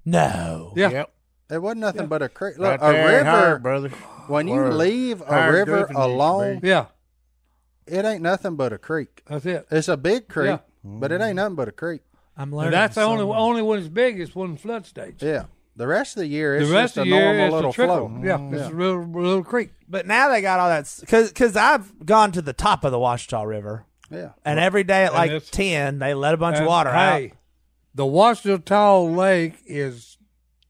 B: No.
C: Yeah.
D: Yep.
A: It wasn't nothing but a creek. Look,
D: Right there
A: a
D: in
A: river.
D: Howard, brother.
A: when you
D: Where
A: leave a
D: Howard
A: river
D: Griffin used to
A: alone,
D: be.
C: Yeah,
A: it ain't nothing but a creek.
C: that's it.
A: It's a big creek,
C: Yeah.
A: but it ain't nothing but a creek.
B: I'm
C: And
B: learning.
C: that's the only
B: so much.
C: only when it's big is when flood states.
A: Yeah. The rest of the year,
C: The
A: it's
C: rest
A: just
C: of
A: a
C: the year
A: normal
C: it's
A: little
C: a trickle.
A: flow. Mm,
C: Yeah, it's a little, little creek.
B: But now they got all that because because I've gone to the top of the Washita River,
A: Yeah.
B: and every day at
C: And
B: like
C: it's-
B: ten they let a bunch of
C: And,
B: water
C: hey,
B: out.
C: the Washita Lake is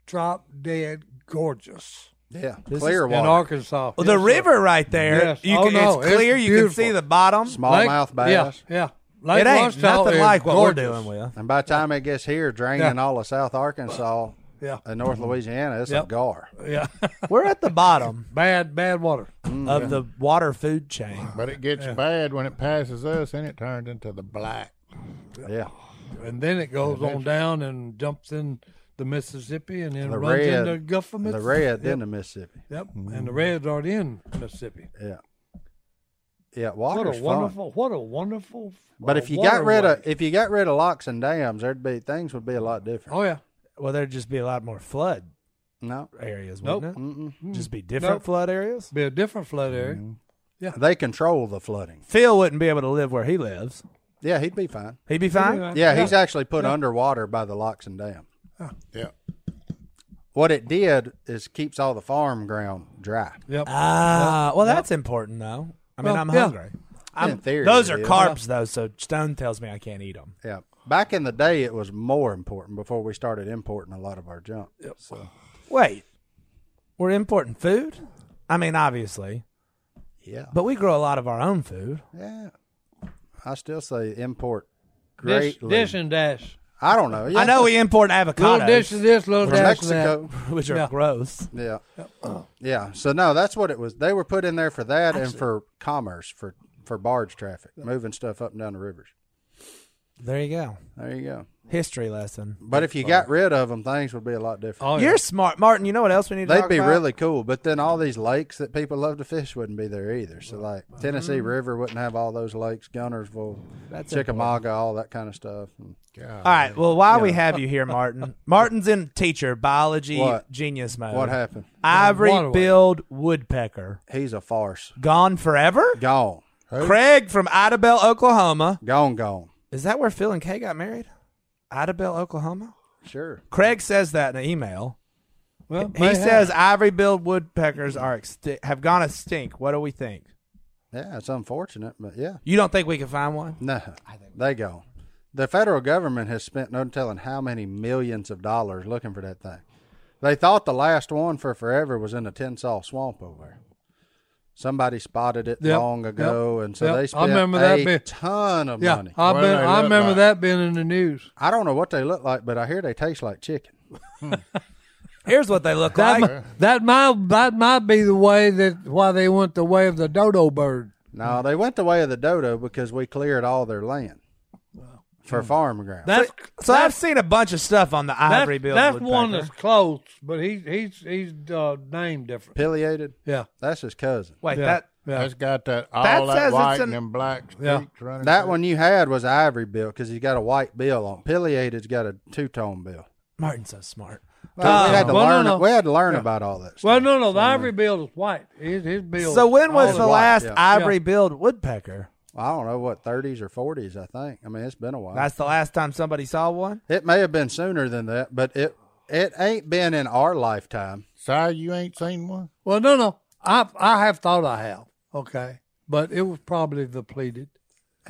C: drop dead gorgeous
A: Yeah. Clear
C: in
A: water.
C: Arkansas.
B: Well, the
C: Yes,
B: river right there,
C: Yes.
B: you
C: Oh,
B: can,
C: no,
B: it's
C: it's
B: clear. you can
C: beautiful.
B: see the bottom.
C: sir.
A: Smallmouth bass.
C: Yeah, yeah. Lake
B: it ain't
C: Washita
B: nothing
C: is
B: like what
C: gorgeous.
B: we're doing with.
A: And by the time it gets here, draining all of South Arkansas
C: Yeah.
A: and North Louisiana, it's a
C: Mm-hmm. Yep.
A: gar.
C: Yeah,
B: We're at the bottom
C: bad, bad water.
B: of the water food chain.
D: But it gets bad when it passes us and it turns into the black.
A: Yeah.
C: and then it goes on down and jumps in the Mississippi and then
A: The
C: runs
A: red.
C: into Gulf of
A: The
C: Mississippi.
A: red, Mm-hmm. then the Mississippi.
C: Yep, and the Reds are in Mississippi.
A: Yeah. Yeah,
C: What
A: water's
C: a
A: fun.
C: wonderful, what a wonderful.
A: But
C: uh,
A: if you got rid
C: waterway.
A: of if you got rid of locks and dams, there'd be things would be a lot different.
C: oh yeah,
B: Well, there'd just be a lot more flood
A: No,
B: areas,
C: Nope.
B: wouldn't
A: Mm-mm.
B: it? Just be different
C: Hmm. Nope.
B: flood areas.
C: be a different flood area.
A: Mm-hmm. they control the flooding.
B: Phil wouldn't be able to live where he lives.
A: Yeah, he'd be fine.
B: He'd be fine.
A: Yeah, he's actually put underwater by the locks and dam.
D: Yeah.
A: What it did is keeps all the farm ground dry.
C: Yep.
B: Ah, well, that's important though. I mean,
C: Well,
B: I'm
C: yeah.
B: hungry. I'm,
A: In theory,
B: those
A: it
B: are
A: is.
B: carbs though, so Stone tells me I can't eat them.
A: Yeah, back in the day, it was more important before we started importing a lot of our junk. So
B: Wait, we're importing food. I mean, obviously,
A: yeah,
B: but we grow a lot of our own food.
A: yeah. I still say import
C: Dish,
A: greatly.
C: dish and dash.
A: I don't know. Yeah.
B: I know we import
C: Little dish of
B: avocados,
C: this, little
A: From
C: dash of
A: Mexico.
C: that.
B: which are
C: Yeah.
B: gross.
A: Yeah. Yeah. So no, that's what it was. They were put in there for that and for commerce, for for barge traffic, moving stuff up and down the rivers.
B: There you go.
A: There you go.
B: History lesson.
A: But if you got rid of them, things would be a lot different.
C: Oh, yeah.
B: You're smart, Martin. You know what else we need to
A: They'd
B: talk
A: be
B: about?
A: really cool, but then all these lakes that people love to fish wouldn't be there either. So like Tennessee
B: hmm.
A: River wouldn't have all those lakes, Gunnersville, Chickamauga, all that kind of stuff. And-
B: All right. Well, while we have you here, Martin, Martin's in teacher biology
A: What?
B: genius mode.
A: What happened?
B: Ivory
C: Waterway.
B: billed woodpecker
A: He's a farce.
B: gone forever.
A: Gone,
B: Craig from Idabel, Oklahoma.
A: gone, gone.
B: Is that where Phil and Kay got married? Idabel, Oklahoma?
A: Sure.
B: Craig says that in an email.
C: Well,
B: He
C: may
B: says
C: have.
B: ivory-billed woodpeckers are exti- have gone extinct. What do we think?
A: Yeah, it's unfortunate, but yeah.
B: You don't think we can find one?
A: No, they go. The federal government has spent no telling how many millions of dollars looking for that thing. They thought the last one for forever was in the Tensaw Swamp over there. Somebody spotted it
C: Yep,
A: long ago, and so
C: yep. I
A: they spent
C: remember that
A: a
C: being-
A: ton of
C: Yeah,
A: money.
C: I've been,
D: Well, they
C: I
D: look
C: remember
D: like-
C: that being in the news.
A: I don't know what they look like, but I hear they taste like chicken.
B: Here's what they look
C: That,
B: like.
C: mi- that might that might be the way that why they went the way of the dodo bird.
A: No, they went the way of the dodo because we cleared all their land
C: Hmm.
A: for farm ground.
C: That's
B: So I've seen a bunch of stuff on the ivory
C: that's,
B: billed
C: that's
B: woodpecker.
C: one that's close, but he he's he's uh, named different.
A: Pileated,
C: Yeah,
A: that's his cousin.
B: Wait,
C: yeah,
B: that
C: yeah.
D: That's got that all
B: That
D: that,
B: says it's
D: white
B: an-
D: and them black streaks
C: Yeah.
D: running.
A: That
D: through
A: one you had was ivory bill because he's got a white bill on. Pileated's got a two tone bill.
B: Martin's so smart.
A: we had to
C: well, no,
A: learn.
C: no.
A: We had to learn about all that. Stuff.
C: Well, no, no, the ivory bill is white. His his bill.
B: So when
A: Oh,
B: was the
A: wow,
B: last
A: yeah.
B: ivory billed woodpecker?
A: I don't know what thirties or forties. I think. I mean, it's been a while.
B: That's the last time somebody saw one.
A: it may have been sooner than that, but it it ain't been in our lifetime.
D: Si, you ain't seen one?
C: Well, no, no, I I have thought I have. Okay, but it was probably depleted.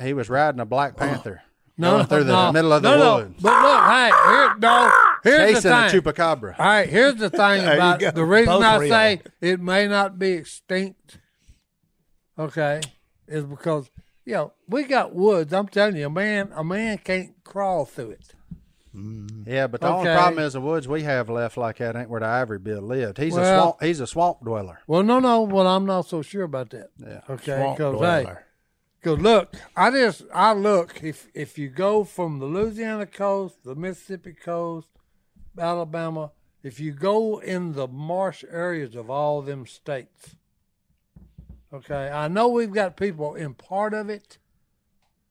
A: He was riding a black panther
C: No,
A: going through the
C: no,
A: middle of the
C: no, no.
A: woods,
C: But look, hey, here, no, here's
A: chasing
C: the
A: a
C: thing.
A: chupacabra.
C: All right, here's the thing
D: you
C: about
D: go.
C: the reason
B: Both
C: I
B: real.
C: say it may not be extinct. Okay, is because you know we got woods. I'm telling you, a man, a man can't crawl through it.
A: Yeah, but the only
C: Okay.
A: problem is the woods we have left like that ain't where the ivory bill lived. He's a
C: Well-
A: swamp. He's a swamp dweller.
C: Well, no, no. Well, I'm not so sure about that. Yeah. Okay.
D: Swamp
C: Because hey,
D: dweller.
C: 'cause look, I just I look if if you go from the Louisiana coast, the Mississippi coast, Alabama, if you go in the marsh areas of all them states. Okay, I know we've got people in part of it,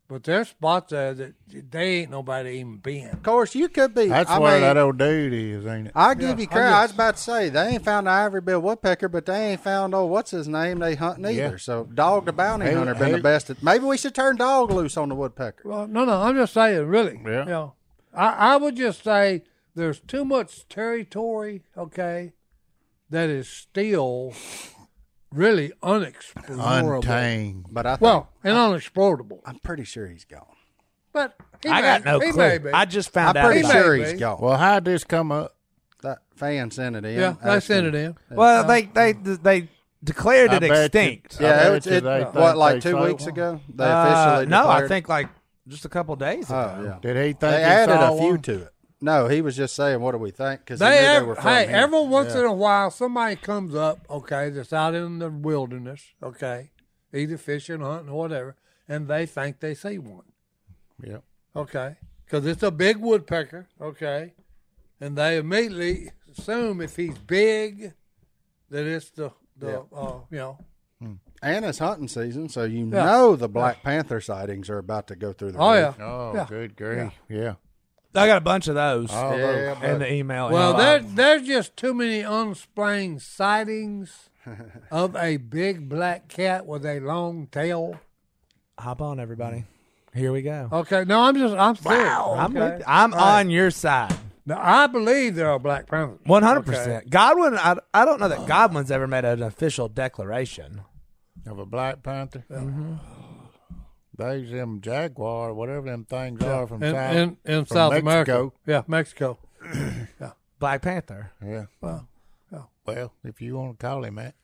C: but there's spots there that they ain't nobody even been.
A: Of course, you could be.
D: That's
A: I
D: where
A: mean,
D: that old dude is, ain't it?
A: I give
C: Yeah,
A: you
C: I
A: credit. I,
C: just-
A: was about to say they ain't found the ivory bill woodpecker, but they ain't found oh what's his name they hunting either.
D: Yeah.
A: So dog the bounty
D: Hey,
A: hunter been
D: hey.
A: the best. At, maybe we should turn dog loose on the woodpecker.
C: Well, no, no, I'm just saying, really.
D: Yeah.
C: You know, I, I would just say there's too much territory, okay, that is still really unexplorable.
D: Untamed.
A: But I think,
C: Well, and unexplorable.
A: I'm pretty sure he's gone.
C: But he
B: I got
C: may-
B: no
C: he May
B: clue.
C: be.
B: I just
A: I'm
B: found out.
A: pretty
B: about
C: may
A: sure
C: be.
A: he's gone.
D: Well, how'd this come up?
A: that fan sent it in.
C: yeah, they
A: Asked
C: sent
A: him.
C: it in.
B: it. Well, they they they declared
D: I
B: it
D: bet you-
B: extinct.
D: I
A: Yeah,
D: bet
A: it was
D: you
A: it,
D: they
A: what
D: think
A: like
D: they
A: two
D: saw
A: weeks
D: one.
A: ago. They
B: Uh,
A: officially
B: no, I
A: declared-
B: think like just a couple days ago.
A: Oh yeah,
D: Did he think
A: they
D: he
A: added
D: saw
A: a few
D: one?
A: to it. No, he was just saying, "What do we think?" Because
C: They,
A: they, knew
C: ev-
A: they were from
C: hey,
A: him.
C: every once in a while, somebody comes up, okay, that's out in the wilderness, okay, either fishing, hunting, or whatever, and they think they see one.
D: Yep.
C: Okay. Because it's a big woodpecker. Okay. And they immediately assume if he's big, that it's the, the uh, you know,
A: and it's hunting season, so you know the black panther sightings are about to go through the
C: oh,
A: roof.
C: yeah.
D: Oh,
C: Yeah.
D: good grief. Yeah.
B: I got a bunch of those
D: Oh,
A: Yeah,
D: but-
B: in the email.
C: Well,
B: inbox.
C: there, there's just too many unexplained sightings of a big black cat with a long tail.
B: hop on everybody. Here we go.
C: Okay. No, I'm just, I'm serious.
B: I'm
C: Oh, okay?
B: with- I'm on your side.
C: Now, I believe there are black panthers.
B: One hundred percent. Godwin, I, I don't know that Godwin's ever made an official declaration.
D: Of a black panther. They's them jaguar, whatever them things are from
C: In,
D: South
C: in, in
D: from
C: South America.
D: Mexico.
C: Yeah, Mexico.
B: Black Panther.
D: Yeah. Well, well, if you want to call him that.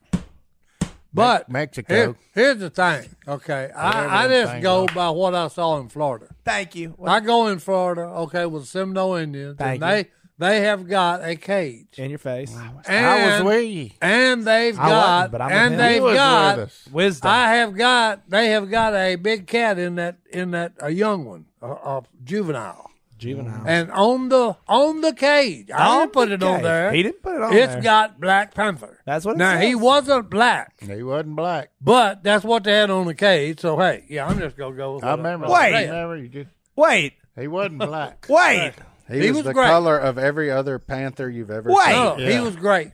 C: But
D: Mexico.
C: here- here's the thing. Okay,
D: Whatever
C: I, I
D: them
C: just
D: things
C: go
D: are.
C: by what I saw in Florida.
B: Thank you.
C: I go in Florida. Okay, with Seminole Indians,
B: Thank
C: and they they have got a cage,
B: In your face.
C: and
D: I was with you.
C: and they've
B: I wasn't,
C: got
B: but I'm with him.
C: and
D: He
C: they've
D: was
C: got
D: with us.
B: Wisdom.
C: I have got they have got a big cat in that in that a young one, a, a juvenile,
B: Juvenile.
C: and on the on the cage. I didn't put it on
B: Oh, Okay.
C: there.
B: He didn't put it on
C: It's
B: there.
C: got black panther.
B: Oh, That's what it
C: now he
B: says.
C: wasn't black.
D: He wasn't black.
C: But that's what they had on the cage. So hey, yeah, I'm just gonna go. With
D: I remember.
B: Wait.
D: I remember you just,
B: wait,
D: he wasn't black.
B: wait.
A: He,
C: He
A: was,
C: was
A: the
C: great.
A: color of every other panther you've ever
B: Wait.
A: seen.
C: No, Oh, he
D: Yeah.
C: was great.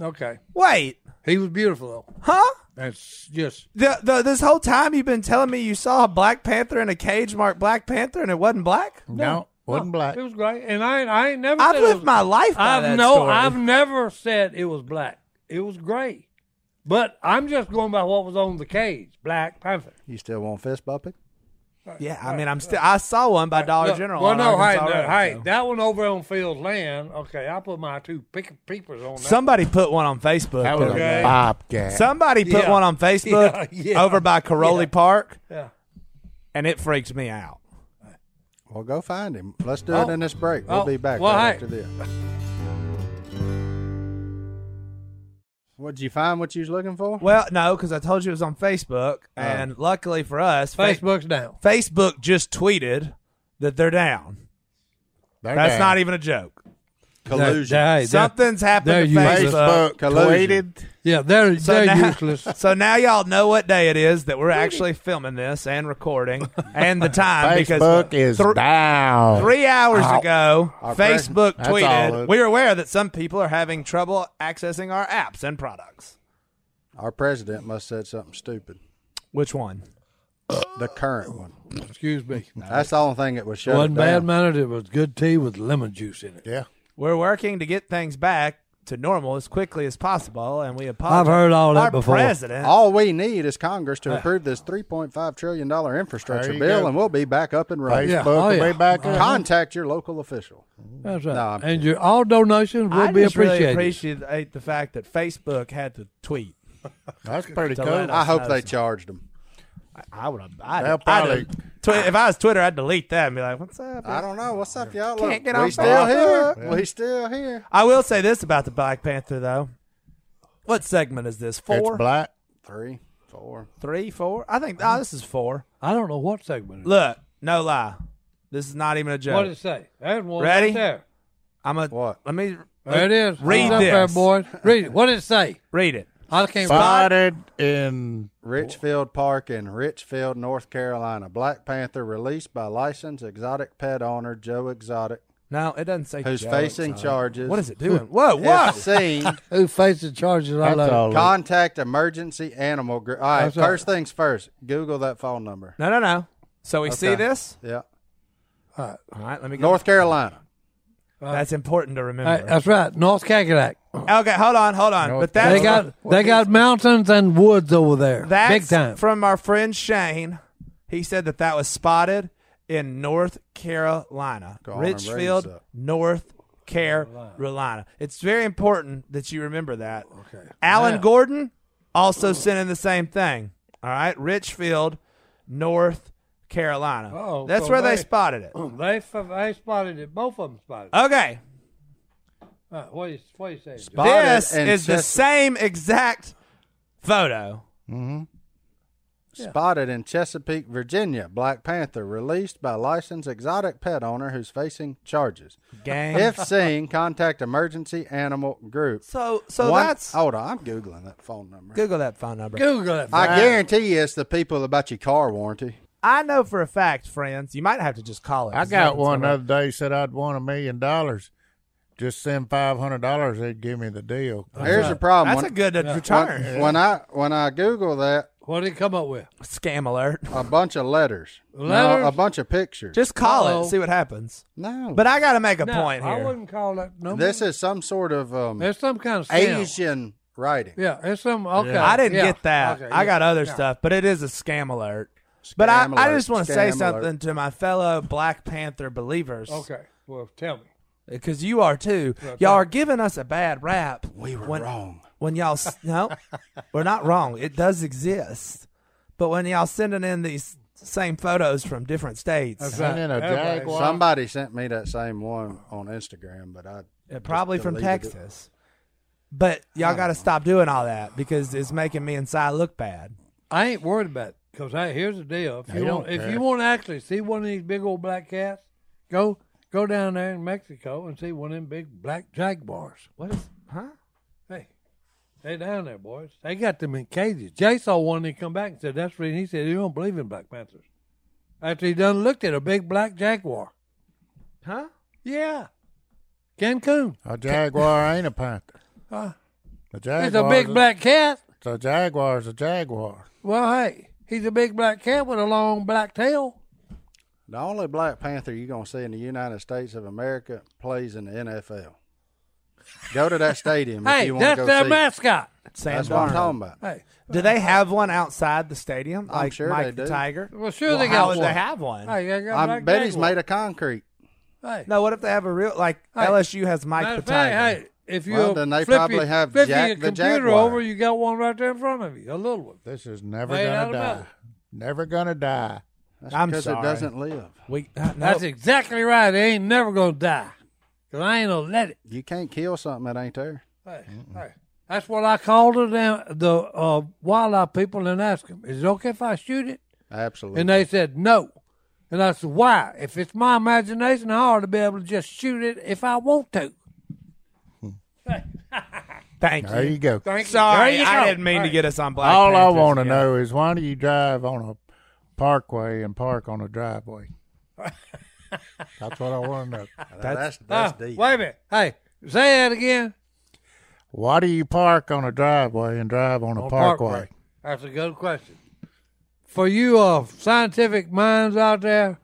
C: Okay,
B: Wait.
C: he was beautiful though.
B: Huh?
C: That's just
B: The, the, this whole time you've been telling me you saw a Black Panther in a cage marked Black Panther and it wasn't black?
D: No, wasn't black.
C: it was great, and I ain't- I ain't never.
B: I've
C: said it
B: lived
C: was-
B: my life by
C: I've
B: that
C: no,
B: story.
C: I've never said it was black. It was gray. But I'm just going by what was on the cage. Black panther.
A: You still want fist bumping?
B: Yeah, I mean, I'm still. I saw one by Dollar
C: Look,
B: Oh, General.
C: Well,
B: on
C: no, hey,
B: Arkansas
C: no,
B: Road,
C: hey,
B: so.
C: that one over on Field Land. Okay, I put my two pick- peepers on that.
B: somebody put one on Facebook.
D: That was
C: Okay.
D: a bobcat.
B: Somebody put
C: Yeah.
B: one on Facebook
C: Yeah, yeah,
B: over by Caroli
C: yeah.
B: Park,
C: Yeah.
B: and it freaked me out.
A: Well, go find him. Let's do
C: Oh.
A: it in this break. We'll
C: Oh,
A: be back
C: well,
A: right
C: hey.
A: after this. What'd you find? What you was looking for?
B: Well, no, because I told you it was on Facebook,
C: Oh.
B: and luckily for us, Fa-
C: Facebook's down.
B: Facebook just tweeted that they're down.
D: They're
B: That's
D: down.
B: not even a joke.
A: Collusion.
B: Something's
C: they're
B: happened to Facebook.
C: useless.
D: Facebook
A: Collusion.
D: tweeted.
C: Yeah, they're
B: So
C: they're
B: now-
C: useless.
B: So now y'all know what day it is that we're actually filming this and recording, and the time
D: Facebook
B: because
D: is
B: thr-
D: down.
B: Three hours ago, Facebook
D: That's all
B: tweeted,
D: it-
B: "We're aware that some people are having trouble accessing our apps and products."
A: Our president must have said something stupid.
B: Which one?
A: The current one.
C: Excuse me.
A: That's the only thing that was shut it
C: Wasn't bad
A: down.
C: mannered. It was good tea with lemon juice in it.
D: Yeah.
B: We're working to get things back to normal as quickly as possible, and we apologize.
C: I've heard all that
B: our
C: before.
B: President,
A: All we need is Congress to approve this $3.5 trillion infrastructure
D: There you
A: bill,
D: go.
A: and we'll be back up and running.
D: Facebook
C: Yeah. Oh,
D: will
C: yeah.
D: be back up.
A: Contact your local official.
C: That's right.
A: No, I'm
C: and your all donations will
B: I
C: be
B: just really
C: appreciated.
B: appreciate uh, the fact that Facebook had to tweet.
D: That's pretty
B: To
D: cool.
B: let us-
A: I hope
B: know
A: they
B: some-
A: charged them.
B: I would have. I'd,
D: They'll
B: I'd
D: probably-
B: have- twi- if I was Twitter, I'd delete that and be like, "What's up?"
A: I don't know. What's up, y'all?
B: Can't
A: Look,
B: get
A: we
B: on
A: still
B: Facebook.
A: here. We still here.
B: I will say this about the Black Panther, though. What segment is this?
D: It's
B: Four,
D: black.
A: Three, four.
B: three, four? I think oh, this is four.
C: I don't know what segment. It is.
B: Look, no lie. This is not even a
C: what did it
B: joke.
C: say? There's one
B: Ready?
C: right there.
B: I'm a
A: What?
B: Let me
C: There it is.
B: Read
C: It's up there,
B: this.
C: boys. Read it. What did it say?
B: read it.
C: I can't find
D: Spotted in
A: Richfield Park in Richfield, North Carolina. Black Panther released by licensed exotic pet owner Joe Exotic,
B: No, it doesn't say.
A: who's
B: joke.
A: facing charges.
B: What is it doing? Whoa, whoa!
A: If seen,
C: who faces charges. I
D: That's
C: love.
D: all.
A: contact emergency animal group. All right,
C: That's all.
A: first things first. Google that phone number.
B: No, no, no. So we see this.
A: Yeah,
B: All right, let me go.
A: North Carolina.
B: That's important to remember.
C: Hey, that's right. North Kakalak.
B: okay, hold on, hold on. but that's
C: They got they got mountains and woods over there.
B: that's
C: Big time.
B: from our friend Shane. He said that that was spotted in North Carolina,
A: on and raise
B: Richfield,
A: up.
B: North Carolina. It's very important that you remember that. Okay. Alan Gordon also sent in the same thing. All right, Richfield, North Carolina.
C: Uh-oh,
A: Oh,
B: That's
C: so
B: where they
C: they-
B: spotted it.
C: they, f- they spotted it. Both of them spotted it.
B: Okay,
C: Uh, what, you, what you saying? Joe?
A: Spotted
B: this
A: and
B: is the
A: Chester-
B: same exact photo.
A: Spotted in Chesapeake, Virginia, Black Panther released by licensed exotic pet owner who's facing charges.
B: Gang.
A: If seen, contact emergency animal group.
B: so, so
A: One-
B: that's
A: hold on. I'm googling that phone number.
B: Google that phone number.
C: Google it.
A: I guarantee you, it's the people about your car warranty.
B: I know for a fact, friends, you might have to just call it.
D: I got one the other day said I'd want a million dollars. Just send five hundred dollars, they'd give me the deal.
A: Here's the
C: Oh,
A: problem.
B: That's a
A: when,
B: good uh, return.
A: when, when I when I Google that,
C: What did it come up with?
B: Scam alert.
A: a bunch of letters, No,
C: Letters?
A: a bunch of pictures.
B: Just call it
C: Uh-oh.
B: and see what happens.
A: no,
B: But I got to make a
C: No,
B: point
C: I
B: here.
C: wouldn't call that number.
A: this is some sort of um,
C: There's some kind of scam.
A: Asian writing.
C: Yeah, it's some okay.
B: I, didn't
C: yeah,
B: get that.
C: okay,
B: I
C: yeah,
B: got other
C: yeah.
B: stuff, but it is a scam alert. But I,
A: Scam
B: I
A: alert,
B: just want to say
A: scam alert.
B: something to my fellow Black Panther believers.
C: Okay. Well, tell me.
B: Because you are too. Y'all are giving us a bad rap.
A: We were
B: when,
A: wrong.
B: When y'all, s- no, we're not wrong. It does exist. But when y'all sending in these same photos from different states,
D: Send in a
C: Everybody-
D: jaguar.
A: Somebody sent me that same one on Instagram, but I
B: Uh, probably from
A: deleted it.
B: Texas. But y'all got to stop doing all that because it's making me inside look bad.
C: I ain't worried about it because here's the deal. If you
D: don't
C: want, if
D: care.
C: you want to actually see one of these big old black cats, go go down there in Mexico and see one of them big black jaguars.
B: What is? Huh?
C: Hey, they down there, boys. They got them in cages. Jay saw one. and He come back and said, "That's reason." He said, "You don't believe in black panthers." After he done looked at a big black jaguar.
B: Huh?
C: Yeah, Cancun.
D: A jaguar ain't a panther. A jaguar.
C: It's a big black cat.
D: So a jaguar is a jaguar.
C: Well, hey, he's a big black cat with a long black tail.
A: The only Black Panther you're gonna see in the United States of America plays in the NFL. Go to that stadium if
C: Hey,
A: you want to
C: that's
A: go
C: their
A: see.
C: mascot.
B: Sam
A: That's what I'm
B: Darnold.
A: talking about.
C: Hey,
B: Do they have one outside the stadium? Like
A: sure
B: Mike
A: they
B: the
A: do.
B: Tiger?
C: well, sure
B: Well,
C: they
B: how
C: got
B: would
C: one.
B: they have one?
C: Hey, they got
A: I
C: Black
A: bet he's
C: Jaguar.
A: made of concrete.
C: Hey,
B: No, what if they have a real like
C: Hey.
B: LSU has Mike
C: matter
B: the
C: of
B: Tiger?
C: fact, hey, if you
A: Well, then they
C: flip
A: probably
C: your,
A: have
C: flip
A: Jack
C: your
A: the
C: computer
A: Jaguar.
C: over, you got one right there in front of you, a little one.
D: This is never
C: Ain't
D: gonna
C: out of
D: die. Never gonna die.
A: That's
B: I'm
A: because
B: sorry.
A: it doesn't live.
B: we, uh, no.
C: That's exactly right. They ain't never gonna die, 'Cause I ain't gonna let it.
A: You can't kill something that ain't there.
C: Hey, hey. That's what I called the damn- the uh, wildlife people and asked them, "Is it okay if I shoot it?"
A: Absolutely.
C: And they said no. And I said, "Why? If it's my imagination, I ought to be able to just shoot it if I want to."
B: Thank
D: There you
B: you.
D: go.
B: Sorry,
C: There you
B: I
C: go.
B: didn't mean to
C: Right.
B: get us on black.
D: All I
B: Panthers
D: want to
B: again.
D: know is why do you drive on a parkway and park on a driveway? That's what I want to know.
A: that's
C: Ah,
A: that's deep.
C: wait a minute. Hey, say that again.
D: Why do you park on a driveway and drive on a
C: On
D: parkway?
C: That's a good question. For you uh, scientific minds out there,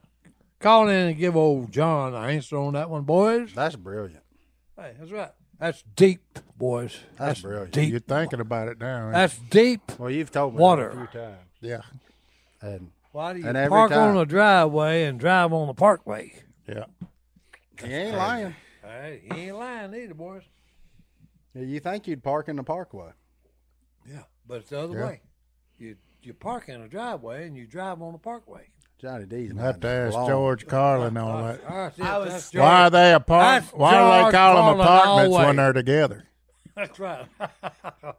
C: call in and give old John an answer on that one, boys.
A: That's brilliant.
C: Hey, that's right. That's deep, boys.
A: That's brilliant.
C: Deep.
D: You're thinking about it now. ain't
C: That's deep.
A: Well, you've told me
C: Water.
A: that a few times.
D: you? yeah,
A: And
C: Why do you
A: And every
C: park
A: time.
C: on a driveway and drive on the parkway?
D: yeah.
A: you ain't lying.
C: Hey, he ain't lying either, boys.
A: You think you'd park in the parkway?
C: Yeah, but it's the other way. You you park in a driveway and you drive on the parkway.
A: Johnny D's.
D: You have
A: mind
D: to
A: is
D: ask
A: blown.
D: George Carlin on that.
C: All right,
B: I
C: yeah,
B: was
C: that's,
B: scared.
D: Why are they apart?
C: That's
D: Why do
C: George
D: they call them
C: Carlin
D: apartments
C: always.
D: when they're together?
C: that's right. That's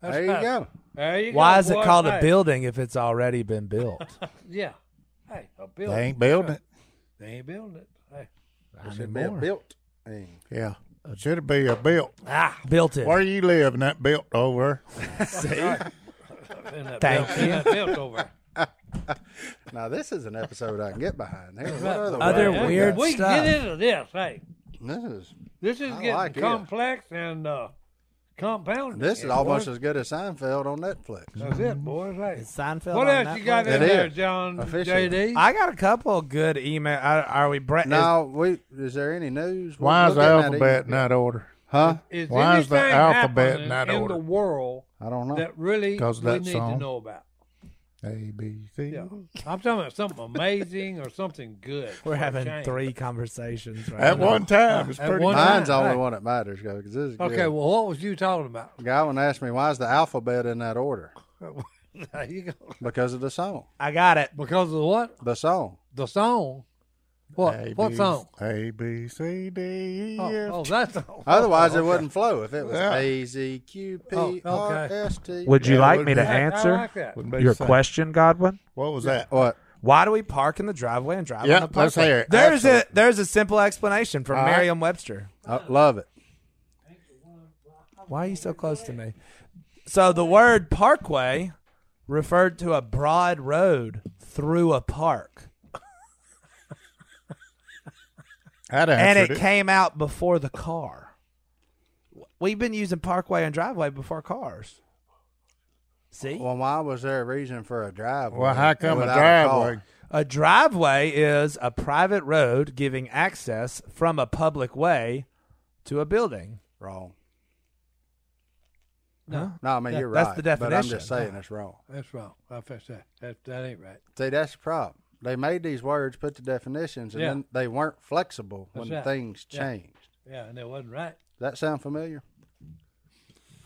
A: There you
C: right.
A: go.
C: There you
B: Why
C: go,
B: is it
C: boys.
B: called
C: Hey,
B: a building if it's already been built?
C: Yeah. Hey, a building.
D: They ain't building it.
C: They ain't building it. Hey.
A: It should be a built. thing.
D: Yeah, it should be a built.
C: Ah,
B: built it.
D: Where you live in that built over?
C: in that
B: Thank
C: built, in
B: you.
C: that built over. there.
A: Now this is an episode I can get behind. There's what other
B: Other
A: way?
C: Yeah,
B: weird
C: we
B: stuff.
C: can get into this. Hey,
A: This is
C: this is
A: I
C: getting
A: like it.
C: complex and uh, compounded.
A: this is
C: here,
A: almost
C: boys.
A: as good as Seinfeld on Netflix.
C: That's it, boys. Hey,
B: Is Seinfeld
C: what
B: on
C: else
B: that
C: you got
B: one?
C: in
A: It
C: there,
A: is.
C: John?
A: Officially.
C: JD.
B: I got a couple of good email. Are, are we Brett?
A: Now, we is there any news?
D: Why
A: We're
D: is the
A: looking at
D: alphabet
A: it.
D: in that E, order?
A: Huh?
C: is
D: Why is the
C: anything
D: alphabet
C: happening
D: not
C: in
D: ordered?
C: the world
A: I don't know.
C: that really
D: 'Cause of
C: we
D: that
C: need to
D: song.
C: know about?
D: A B C.
C: Yeah, I'm talking about something amazing or something good.
B: We're
C: for a
B: having
C: change.
B: three conversations right
D: At
B: now.
D: one time, it's
C: At
D: pretty.
C: one
D: much-
A: Mine's the only
C: Right.
A: one that matters, guys. 'cause This is
C: Okay,
A: good.
C: well, what was you talking about?
A: Godwin asked me, "Why is the alphabet in that order?"
C: There you go.
A: Because of the song.
B: I got it.
C: Because of what?
A: The song.
C: The song. What?
D: A,
C: what
D: B,
C: song?
D: A B C D E
C: Oh,
D: F.
C: oh, that's all.
A: Otherwise, it wouldn't flow if it was
D: Yeah.
A: A Z Q P
C: Oh,
A: R
C: okay.
A: S T.
I: Would you
D: Yeah,
I: like
D: would
I: me to
D: be-
C: I- I
I: answer
C: like that.
D: Wouldn't be
I: your
D: the same.
I: question, Godwin?
D: What was that?
A: What?
B: Why do we park in the driveway and drive
D: Yeah,
B: on the
D: let's
B: parkway?
D: hear it.
B: There's a
D: Absolutely. Uh-huh.
B: there's a simple explanation from
D: All right.
B: Merriam-Webster.
A: I love it.
B: Why are you so close to me? So the word parkway referred to a broad road through a park,
D: I'd
B: and
D: answered
B: it came out before the car. We've been using parkway and driveway before cars. See,
A: Well, why was there a reason for a driveway?
D: Well, how come a
A: without car?
D: driveway?
B: a driveway is a private road giving access from a public way to a building.
A: Wrong.
B: No,
A: No, I mean
B: That-
A: you're
B: that's
A: right.
B: the
A: But I'm
B: definition.
A: just saying it's wrong.
C: That's wrong. I fixed that. That, that ain't right.
A: See, that's the problem. They made these words, put the definitions, and
C: Yeah.
A: then they weren't flexible
C: That's
A: when
C: right.
A: things
C: Yeah.
A: changed.
C: Yeah, and it wasn't right.
A: Does that sound familiar?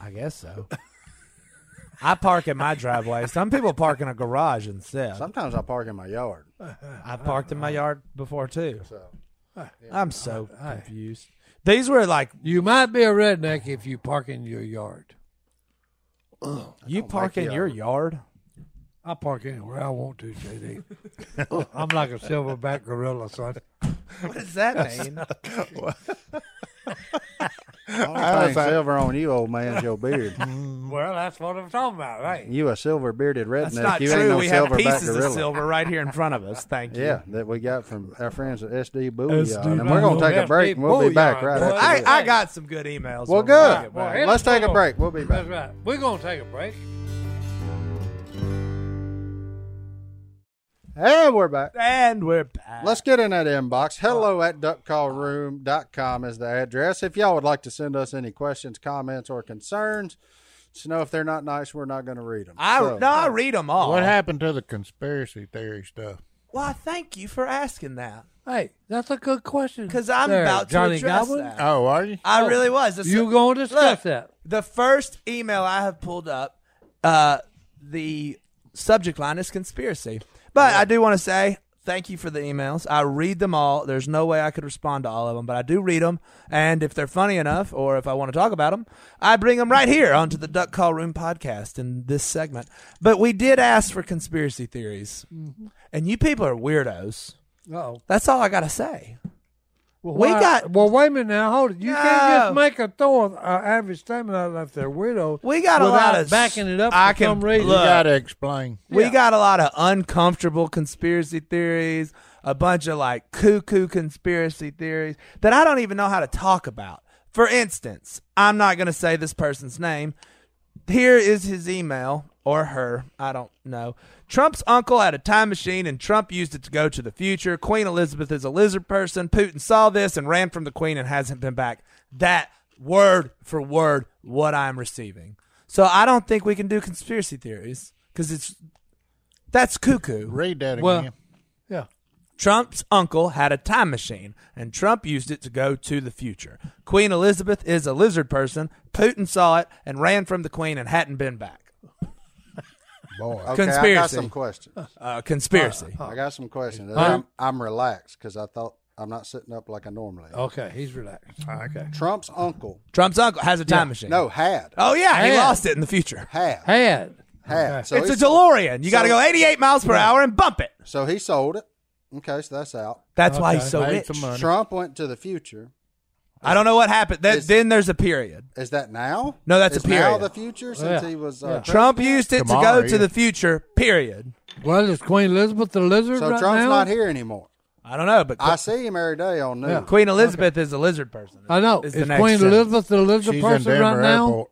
B: I guess so. I park in my driveway. Some people park in a garage instead.
A: Sometimes I park in my yard.
B: I parked in my yard before too.
A: Uh-huh. So
B: I'm so confused. These were like
C: You might be a redneck if you park in your yard.
B: you park
A: like uh,
B: in your yard.
C: I park anywhere I want to, JD. I'm like a silverback gorilla, son.
B: What does that mean?
A: I ain't silver on you, old man's your beard.
C: Well, that's what I'm talking about, right?
A: You a silver bearded redneck.
B: That's not
A: you ain't
B: true.
A: no
B: we have
A: silver
B: pieces
A: gorilla.
B: of silver right here in front of us. Thank you.
A: Yeah, that we got from our friends at SD Booyah.
C: SD
A: and we're going to take a
C: Booyah.
A: break and we'll be back
C: Booyah,
A: right
C: boy.
A: after
B: I,
A: this.
B: I got some good emails.
A: Well,
B: when we
A: good.
B: get
C: Well,
B: back.
C: hit
A: Let's
C: us
A: take a
C: with
A: break.
C: them.
A: We'll be back.
C: That's right. We're going to take a break.
A: And we're back.
B: And we're back.
A: Let's get in that inbox. Hello at duckcallroom.com is the address. If y'all would like to send us any questions, comments, or concerns, just know if they're not nice, we're not going to read them.
B: I
A: So,
B: no, I read them all.
D: What happened to the conspiracy theory stuff?
B: Well, thank you for asking that
C: Hey, that's a good question.
B: because I'm
C: there,
B: about to
C: Johnny
B: address
C: Goblin.
B: that.
D: Oh, are you?
B: I really was. It's-
C: You going to discuss
B: Look,
C: that?
B: The first email I have pulled up, uh, the subject line is conspiracy. But I do want to say thank you for the emails. I read them all. There's no way I could respond to all of them, but I do read them. And if they're funny enough, or if I want to talk about them, I bring them right here onto the Duck Call Room podcast in this segment. But we did ask for conspiracy theories,
C: Mm-hmm.
B: and you people are weirdos.
C: Oh,
B: That's all I gotta say.
C: well,
B: We
C: why-
B: got-
C: Well, wait a minute now. Hold it. You can't just
B: No.
C: make a throw an average statement out of there, weirdo.
B: We got a
C: without
B: lot of
C: backing it up
B: I
C: for
B: can-
C: some reason.
D: You
B: look.
D: got to explain.
B: We got a lot of uncomfortable conspiracy theories, a bunch of like cuckoo conspiracy theories that I don't even know how to talk about. For instance, I'm not going to say this person's name. Here is his email or her, I don't know. Trump's uncle had a time machine and Trump used it to go to the future. Queen Elizabeth is a lizard person. Putin saw this and ran from the queen and hasn't been back. That word for word what I'm receiving. So I don't think we can do conspiracy theories cuz it's that's cuckoo.
D: Read that again.
C: Well-
B: Trump's uncle had a time machine, and Trump used it to go to the future. Queen Elizabeth is a lizard person. Putin saw it and ran from the queen and hadn't been back.
A: okay, I got
B: Conspiracy.
A: some questions.
B: Uh, conspiracy.
A: I got some questions.
C: Huh?
A: I'm, I'm relaxed because I thought I'm not sitting up like I normally
B: Oh.
A: am.
C: Okay, he's relaxed. Okay.
A: Trump's uncle.
B: Trump's uncle has a time machine.
A: No, had.
B: Oh yeah, he
C: Man.
B: lost it in the future.
A: Had.
C: Had.
A: Had. So,
B: it's
A: he,
B: a DeLorean. You got to
A: so-
B: go 88 miles per hour and bump it.
A: so he sold it. Okay, so that's out.
B: That's why he's so
D: Made
B: rich.
D: some money.
A: Trump went to the future.
B: I don't know what happened. That,
A: It's-
B: then there's a period.
A: Is that now?
B: No, that's a
A: Is now
B: period. Oh,
A: the future since
C: Yeah.
A: he was. Uh,
C: Yeah.
A: president?
B: Trump used it
D: Tomorrow,
B: to go
D: yeah.
B: to the future. Period.
C: Well, is Queen Elizabeth the lizard
A: So
C: right
A: Trump's
C: now?
A: not here anymore.
B: I don't know, but
A: I see him every day on news.
C: Yeah.
B: Queen Elizabeth is a lizard person.
C: I know.
B: Is
C: Is,
B: the next
C: Queen
B: sentence.
C: Elizabeth the lizard
D: She's in
C: person
D: Denver
C: right now?
D: Airport.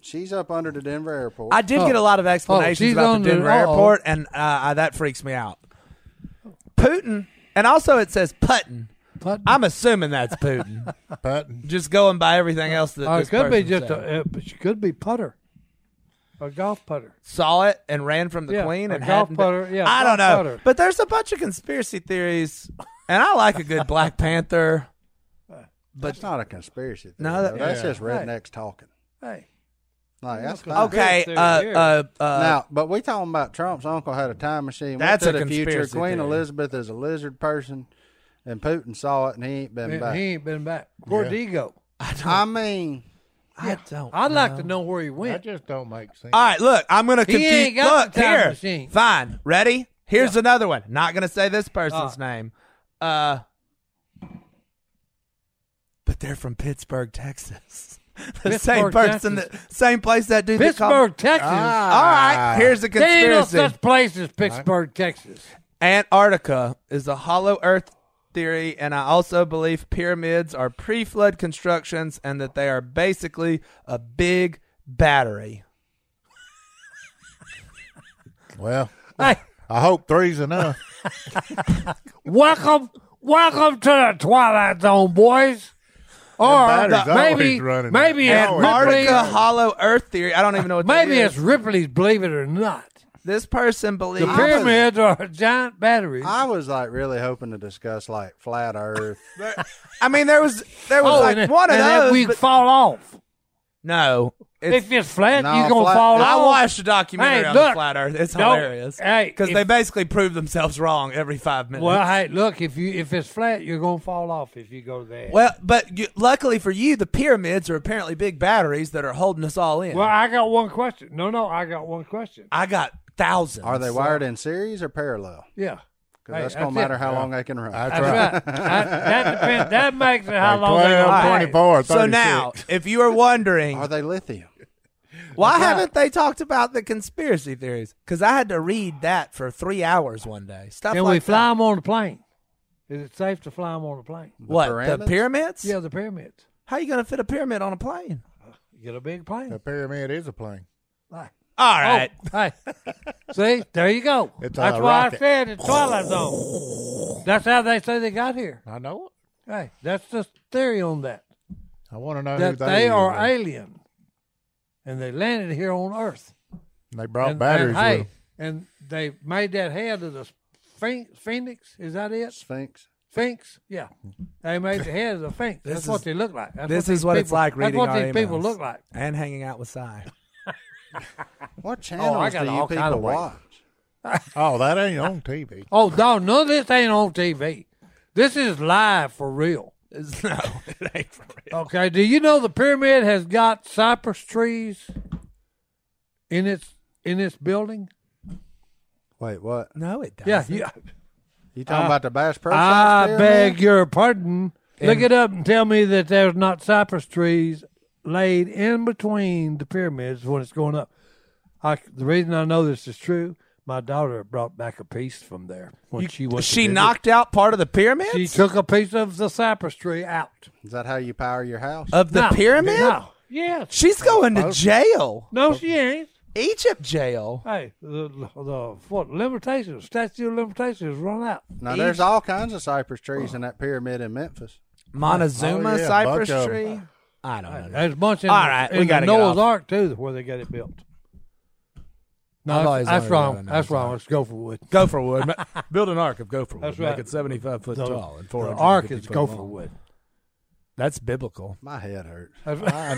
A: She's up under the Denver airport.
B: I did
C: Oh.
B: get a lot of explanations
C: Oh, she's
B: about
C: on
B: the
C: the- oh.
B: Denver
C: uh-oh.
B: airport, and uh, uh, that freaks me out. Putin, and also it says Putin.
C: Putin.
B: I'm assuming that's Putin.
D: Putting.
B: just going by everything else that
C: Or
B: this
C: Oh, it could be
B: person
C: just
B: said.
C: a, uh, but she could be putter, a golf putter.
B: saw it and ran from the
C: Yeah,
B: queen
C: a
B: and
C: golf
B: hadn't
C: putter,
B: Been,
C: yeah,
B: I
C: golf
B: don't know,
C: putter.
B: but there's a bunch of conspiracy theories, and I like a good Black Panther.
A: but it's not a conspiracy. Theory,
B: No, that-
A: though. that's
D: Yeah.
A: just rednecks talking.
C: Hey,
A: Like that's fine.
B: Okay, uh,
C: Conspiracy theory.
B: uh, uh,
A: now, but we talking about Trump's uncle had a time machine.
B: That's
A: went to
B: a
A: the future.
B: conspiracy
A: Queen
B: theory.
A: Elizabeth is a lizard person, and Putin saw it and he ain't been
C: he
A: back.
C: ain't been back. Gordigo.
A: I mean,
B: I don't.
C: I'd like to know where he
D: That
C: went.
D: just don't make sense.
B: All right, look, I'm gonna
C: He
B: confuse.
C: ain't got
B: look
C: the time
B: here,
C: machine.
B: fine. Ready? Here's another one. Not gonna say this person's
C: Uh.
B: name. Uh, but they're from Pittsburgh, Texas. the same
C: Pittsburgh,
B: person,
C: Texas.
B: that same place that dude. that called-
C: Pittsburgh, Texas.
B: All right, here's the
C: There ain't no
B: Ah, conspiracy.
C: such place as Pittsburgh, Texas.
B: Antarctica is a hollow earth theory, and I also believe pyramids are pre flood constructions and that they are basically a big battery.
D: Well,
C: Hey,
D: I hope three's enough.
C: welcome, welcome to the Twilight Zone, boys. Or
D: batteries
C: maybe,
D: always running.
C: maybe
D: They
C: it's
D: always
C: Ripley's.
B: Antarctica hollow earth theory. I don't even know what that
C: Maybe
B: is.
C: it's Ripley's. Believe it or not,
B: This person
C: the
B: believes
C: pyramids are a giant battery.
A: I was like really hoping to discuss like flat Earth.
B: I mean, there was there was
C: Oh,
B: like
C: and,
B: one of
C: and that
B: those.
C: we
B: but-
C: fall off.
B: no, it's,
C: if it's flat,
A: No,
C: you're gonna
A: flat-
C: fall
B: I
C: off.
B: watched a documentary
C: Hey,
B: on the
C: look,
B: flat Earth. It's
C: don't-
B: hilarious.
C: hey,
B: because
C: if-
B: they basically prove themselves wrong every five minutes.
C: Well, hey, look, if you if it's flat, you're gonna fall off if you go there.
B: Well, but you, luckily for you, the pyramids are apparently big batteries that are holding us all in.
C: Well, I got one question. No, no, I got one question.
B: I got thousands.
A: Are they wired in series or parallel?
C: Yeah,
A: 'Cause
C: Hey,
A: that's gonna
C: that's
A: matter
C: it.
A: how long they can run.
D: That's
C: that's
D: right.
C: right. I, that depends. That makes it how long they
D: Twelve,
C: gonna play.
D: twenty-four,
B: so now,
D: 36.
B: if you are wondering,
A: Are they lithium?
B: why haven't they talked about the conspiracy theories? Because I had to read that for three hours one day. Stuff
C: Can
B: like
C: we fly
B: that.
C: them on the plane? Is it safe to fly them on a plane?
B: what the
A: pyramids?
B: pyramids?
C: Yeah, the pyramids.
B: How you gonna fit a pyramid on a plane?
C: Get a big
D: the
C: plane.
D: pyramid is a plane.
C: Like, oh,
B: All right.
C: Hey, see, there you go.
D: It's a
C: That's why I
D: rocket.
C: said it's Twilight Zone. That's how they say they got here.
D: I know it.
C: Hey, that's the theory on that.
D: I want to know who
C: That they are
D: were.
C: alien, and they landed here on Earth.
D: They brought
C: and, and,
D: batteries.
C: hey, and they made that head of the phoen- phoenix. Is that it?
A: Sphinx.
C: Phoenix. Yeah, they made the head of the phoenix. That's
B: is-
C: what they look like. That's
B: this
C: these
B: is what it's
C: people-
B: like
C: That's
B: reading
C: what
B: our
C: these people
B: emails.
C: look like.
B: And hanging out with Cy.
A: What channels
C: Oh, I got
A: do you
C: all kind
A: people
C: of weight.
A: watch?
D: with- oh, that ain't on TV.
C: Oh, dog, no, this ain't on TV. This is live for real.
B: It's- no, it ain't for real.
C: Okay, do you know the pyramid has got cypress trees in its in its building?
A: Wait, what?
B: No, it
C: Yeah,
B: doesn't.
C: you,
A: You talking about the Bass Pro Shops
C: I
A: there,
C: beg
A: man?
C: your pardon. Look it up and tell me that there's not cypress trees laid in between the pyramids when it's going up. I, the reason I know this is true, my daughter brought back a piece from there when she went. to
B: she
C: visit.
B: knocked out part of the pyramids?
C: She took a piece of the cypress tree out.
A: Is that how you power your house?
B: of the
C: No,
B: pyramid?
C: No. Yes.
B: She's going to jail.
C: No, she ain't.
B: Egypt jail.
C: Hey, the, the what limitations, statute of limitations run out.
A: now there's all kinds of cypress trees in that pyramid in Memphis.
B: Montezuma
D: Oh, yeah,
B: cypress
D: bunch of 'em.
B: tree. I don't know.
C: There's a bunch in,
B: All right, we
C: in the
B: gotta get
C: Noah's
B: off.
C: Ark too, where they got it built.
B: I've
C: No,
B: always
C: that's,
B: wondered
C: that's
B: why
C: wrong.
B: the Noah's
C: That's wrong. Let's go for wood.
I: Gopher wood. Ma- Build an ark of gopher wood.
C: That's right.
I: Make it 75 foot tall and
C: The
I: 400.
C: Ark is gopher wood.
I: That's biblical.
A: My head hurts.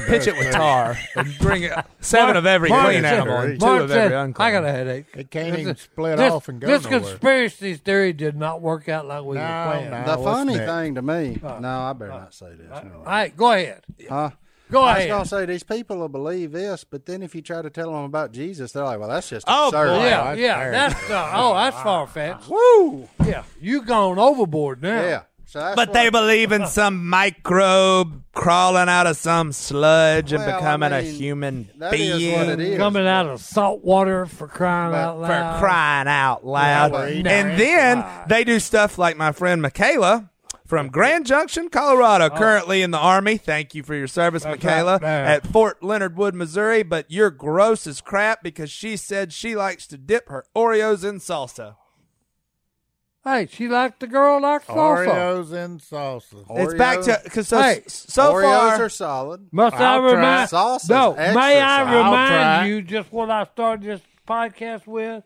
I: Pitch it with tar.
B: And bring it, seven of every
C: Mark
B: clean
C: said-
B: animal and two
C: Mark
B: of
C: said,
B: every unclean.
C: I got a headache.
D: It can't
C: This
D: even
C: is-
D: split
C: this,
D: off and go
C: This
D: nowhere.
C: conspiracy theory did not work out like we
D: No,
C: were planning.
D: no.
A: the
D: what's
A: funny
D: next?
A: thing to me, no, I better not say this. no.
C: All right, go ahead.
A: huh?
C: Go
A: I was
C: ahead.
A: gonna say these people will believe this, but then if you try to tell them about Jesus, they're like, "Well, that's just
B: Oh,
A: absurd."
B: boy.
C: yeah,
D: that's
C: yeah.
D: fair.
C: That's the, oh, that's far fetched. Woo! Yeah, you gone overboard now.
A: yeah. So that's
B: But
A: what-
B: they believe in some microbe crawling out of some sludge and
A: Well, I
B: becoming a
A: mean,
B: human
A: that
B: being
A: is what it is.
C: Coming out of salt water for crying
A: But
C: out
A: for
C: loud.
B: for crying out loud.
A: well,
D: you
B: and
D: know,
B: then they do stuff like my friend Michaela from Grand Junction, Colorado, currently in the Army. Thank you for your service, Michaela,
C: Oh. right. Yeah.
B: at Fort Leonard Wood, Missouri. But you're gross as crap because she said she likes to dip her Oreos in salsa.
C: Hey, she liked the girl like salsa.
D: Oreos and salsa.
B: It's back to
A: Oreos-
B: because so,
C: Hey,
B: so
A: Oreos
B: far
A: are solid.
C: Must i
B: I'll try.
C: remind?
A: Salsa's
C: no,
A: extra
C: may
A: salsa.
C: I
A: I'll
D: try.
C: remind you just what I started this podcast with?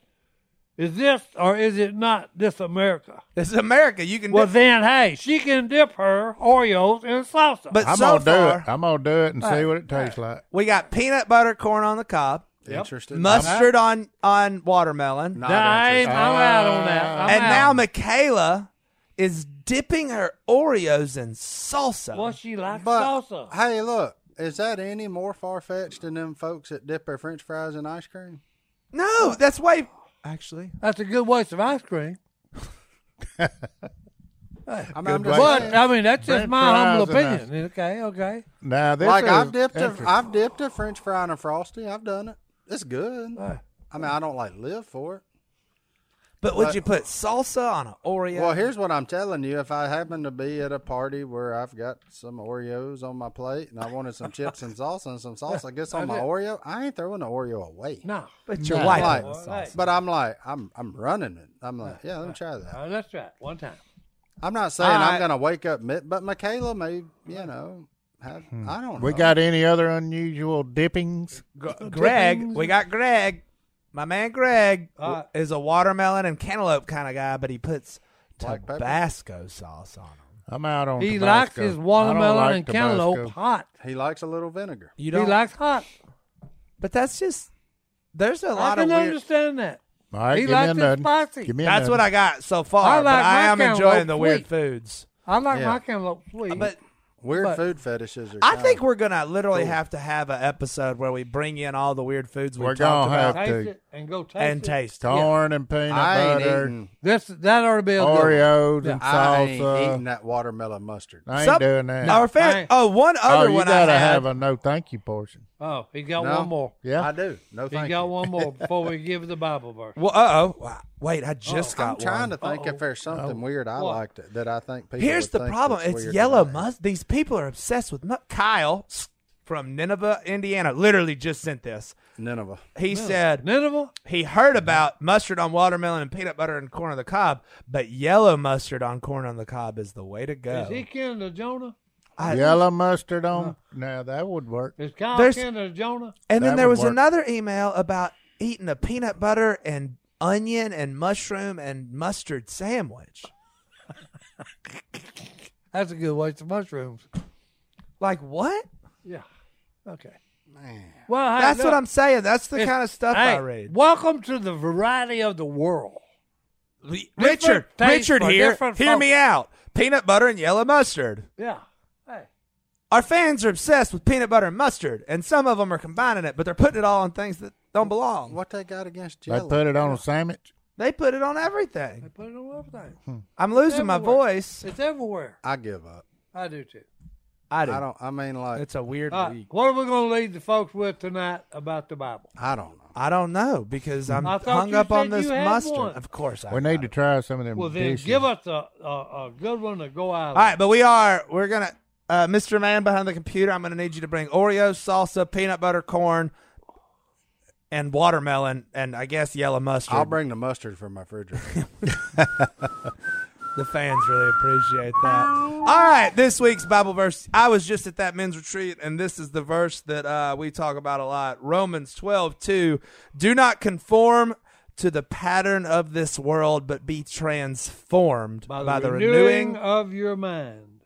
C: Is this or is it not this America?
B: this is America. You can
C: Well,
B: dip,
C: then, hey, she can dip her Oreos in salsa.
B: but
D: I'm
B: so
D: gonna do
B: far
D: it. I'm gonna do it and see what it tastes like.
B: we got peanut butter corn on the cob,
A: Interested?
B: mustard on on watermelon,
A: Not
C: Nah, I
A: interested.
C: ain't, I'm out on that. I'm
B: and
C: out.
B: now Michaela is dipping her Oreos in salsa.
C: well, she likes
A: But
C: salsa.
A: hey, look, is that any more far fetched than them folks that dip their French fries in ice cream?
B: no, that's way. Actually,
C: That's a good waste of ice cream.
A: I mean, I'm
D: Good
A: just
D: way.
C: But
A: saying.
C: I mean, that's just
D: French
C: my humble
D: fries and
C: opinion. Okay, okay.
D: Now this
A: like
D: is
A: I've dipped a,
D: interesting.
A: I've dipped a French fry in a frosty. I've done it. It's good. I mean, I don't like live for it.
B: but would you put salsa on an Oreo?
A: Well, here's what I'm telling you. If I happen to be at a party where I've got some Oreos on my plate and I wanted some chips and salsa and some salsa, I guess on my Oreo, I ain't throwing the Oreo away.
C: No,
B: but your
A: I'm
B: wife.
A: like-
C: All right.
A: but I'm like, I'm I'm running it. I'm like, yeah, let me try that.
C: All Uh, right, let's try it one time.
A: I'm not saying
B: Alright.
A: I'm gonna wake up, mid, but Michaela may, you know, have, I don't know.
D: Hmm. we got any other unusual dippings?
B: Greg, we got Greg. My man Greg
C: Uh,
B: is a watermelon and cantaloupe kind of guy, but he puts
A: Black pepper?
B: Tabasco sauce on them.
D: I'm out on.
C: He
D: Tabasco.
C: likes his
D: I don't
C: watermelon
D: like
C: and
D: Tabasco.
C: cantaloupe hot.
A: He likes a little vinegar.
B: You
C: He
B: don't,
C: likes hot.
B: but that's just there's a
C: I
B: lot of
C: can
B: weird.
C: understand that.
D: All right,
C: He
D: give
C: likes
D: me
C: it
D: another.
C: spicy.
D: Give me
B: That's
D: another.
B: what I got so far.
C: I like
B: but I
C: my
B: am enjoying
C: cantaloupe
B: the weird
C: sweet.
B: foods.
C: I like
A: Yeah.
C: my cantaloupe sweet.
B: But
A: Weird
C: But-
A: food fetishes are.
B: I
A: kinda-
B: think we're gonna literally have to have an episode where we bring in all the weird foods we
D: We're
B: talked
D: gonna
B: about
D: have
C: taste
D: to
C: it and go taste
B: and
C: it.
B: taste. it.
D: corn and peanut
A: I ain't
D: butter,
A: eating.
C: This that ought to be a good
D: Oreos and
A: I ain't
D: salsa. Uh,
A: eating that watermelon mustard.
D: I ain't
B: Some-
D: doing that.
B: Our fair-
C: I ain't-
B: oh, one
D: oh,
B: other
D: you
B: one
D: gotta
B: I had.
D: have a no thank you portion.
C: one. Oh, he got
A: No.
C: one more.
D: Yeah,
A: I do. No,
C: He
A: thank
C: got
A: you.
C: one more before we give the Bible verse.
B: well, uh-oh. Wow. Wait, I just
A: I'm
B: got
A: trying
B: one.
A: to think if there's something
D: Oh.
A: weird I
C: What?
A: liked that I think people.
B: Here's
A: would
B: the
A: think
B: problem.
A: that's
B: It's
A: weird
B: yellow
A: about it.
B: mustard. These people are obsessed with mu- Kyle s- from Nineveh, Indiana, literally just sent this.
A: Nineveh.
B: He said
C: Nineveh?
B: he heard about mustard on watermelon and peanut butter and corn on the cob, but yellow mustard on corn on the cob is the way to go.
C: Is he kin to Jonah?
B: I-
D: Yellow mustard on. Now that would work.
C: Is Kyle
B: There's-
C: kin to Jonah?
B: and then
D: That
B: there
D: would
B: was
D: work.
B: another email about eating a peanut butter and onion and mushroom and mustard sandwich.
C: That's a good waste of mushrooms.
B: Like what?
C: Yeah. Okay. Well, hey,
B: That's
C: look,
B: what I'm saying. That's the
C: it's-
B: kind of stuff
C: hey,
B: I read.
C: Welcome to the variety of the world.
B: Richard,
C: taste
B: Richard
C: for
B: here.
C: different
B: Hear
C: folks.
B: me out. Peanut butter and yellow mustard.
C: Yeah. Hey.
B: Our fans are obsessed with peanut butter and mustard, and some of them are combining it, but they're putting it all on things that don't belong.
A: What they got against
D: They
A: jello?
D: put it on a sandwich.
B: They put it on
C: They
B: everything.
C: put it on everything.
B: I'm Hmm. losing my
C: everywhere.
B: voice.
C: It's everywhere.
A: I give up.
C: I do too.
B: I do.
A: I don't. I mean, like
B: It's a weird
C: All right,
B: week.
C: what are we going to lead the folks with tonight about the Bible?
A: I don't know.
B: I don't know because I'm
C: I thought
B: hung
C: you
B: up on
C: said
B: this
C: you had
B: mustard.
C: one.
B: Of course, I
D: We need to try some of them.
C: Well, then
D: dishes.
C: give us a, a, a good one to go out.
B: All right, but we are we're gonna uh, Mr. Man behind the computer. I'm gonna need you to bring Oreos, salsa, peanut butter, corn, and watermelon, and I guess yellow mustard.
A: I'll bring the mustard from my refrigerator.
B: The fans really appreciate that. All right, this week's Bible verse. I was just at that men's retreat, and this is the verse that uh, we talk about a lot. Romans 12, 2. Do not conform to the pattern of this world, but be transformed by the, renewing.
C: of your mind.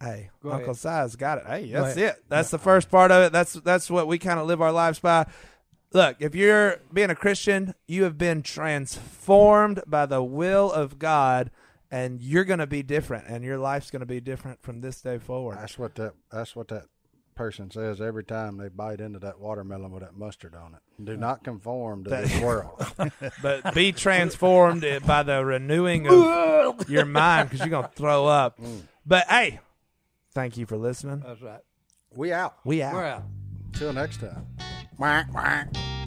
B: Hey,
C: Go
B: Uncle
C: ahead.
B: Size got it. Hey, that's
C: ahead.
B: it. That's the first part of it. That's that's what we kind of live our lives by. Look, if you're being a Christian, you have been transformed by the will of God, and you're going to be different, and your life's going to be different from this day forward.
A: that's what that. That's what that person says every time they bite into that watermelon with that mustard on it. Do not conform to this world.
B: But be transformed i- by the renewing of your mind, because you're going to throw up.
C: Mm.
B: But hey, thank you for listening.
C: That's right.
B: Ah.
A: we out.
B: We out.
C: We're out.
A: Till next time.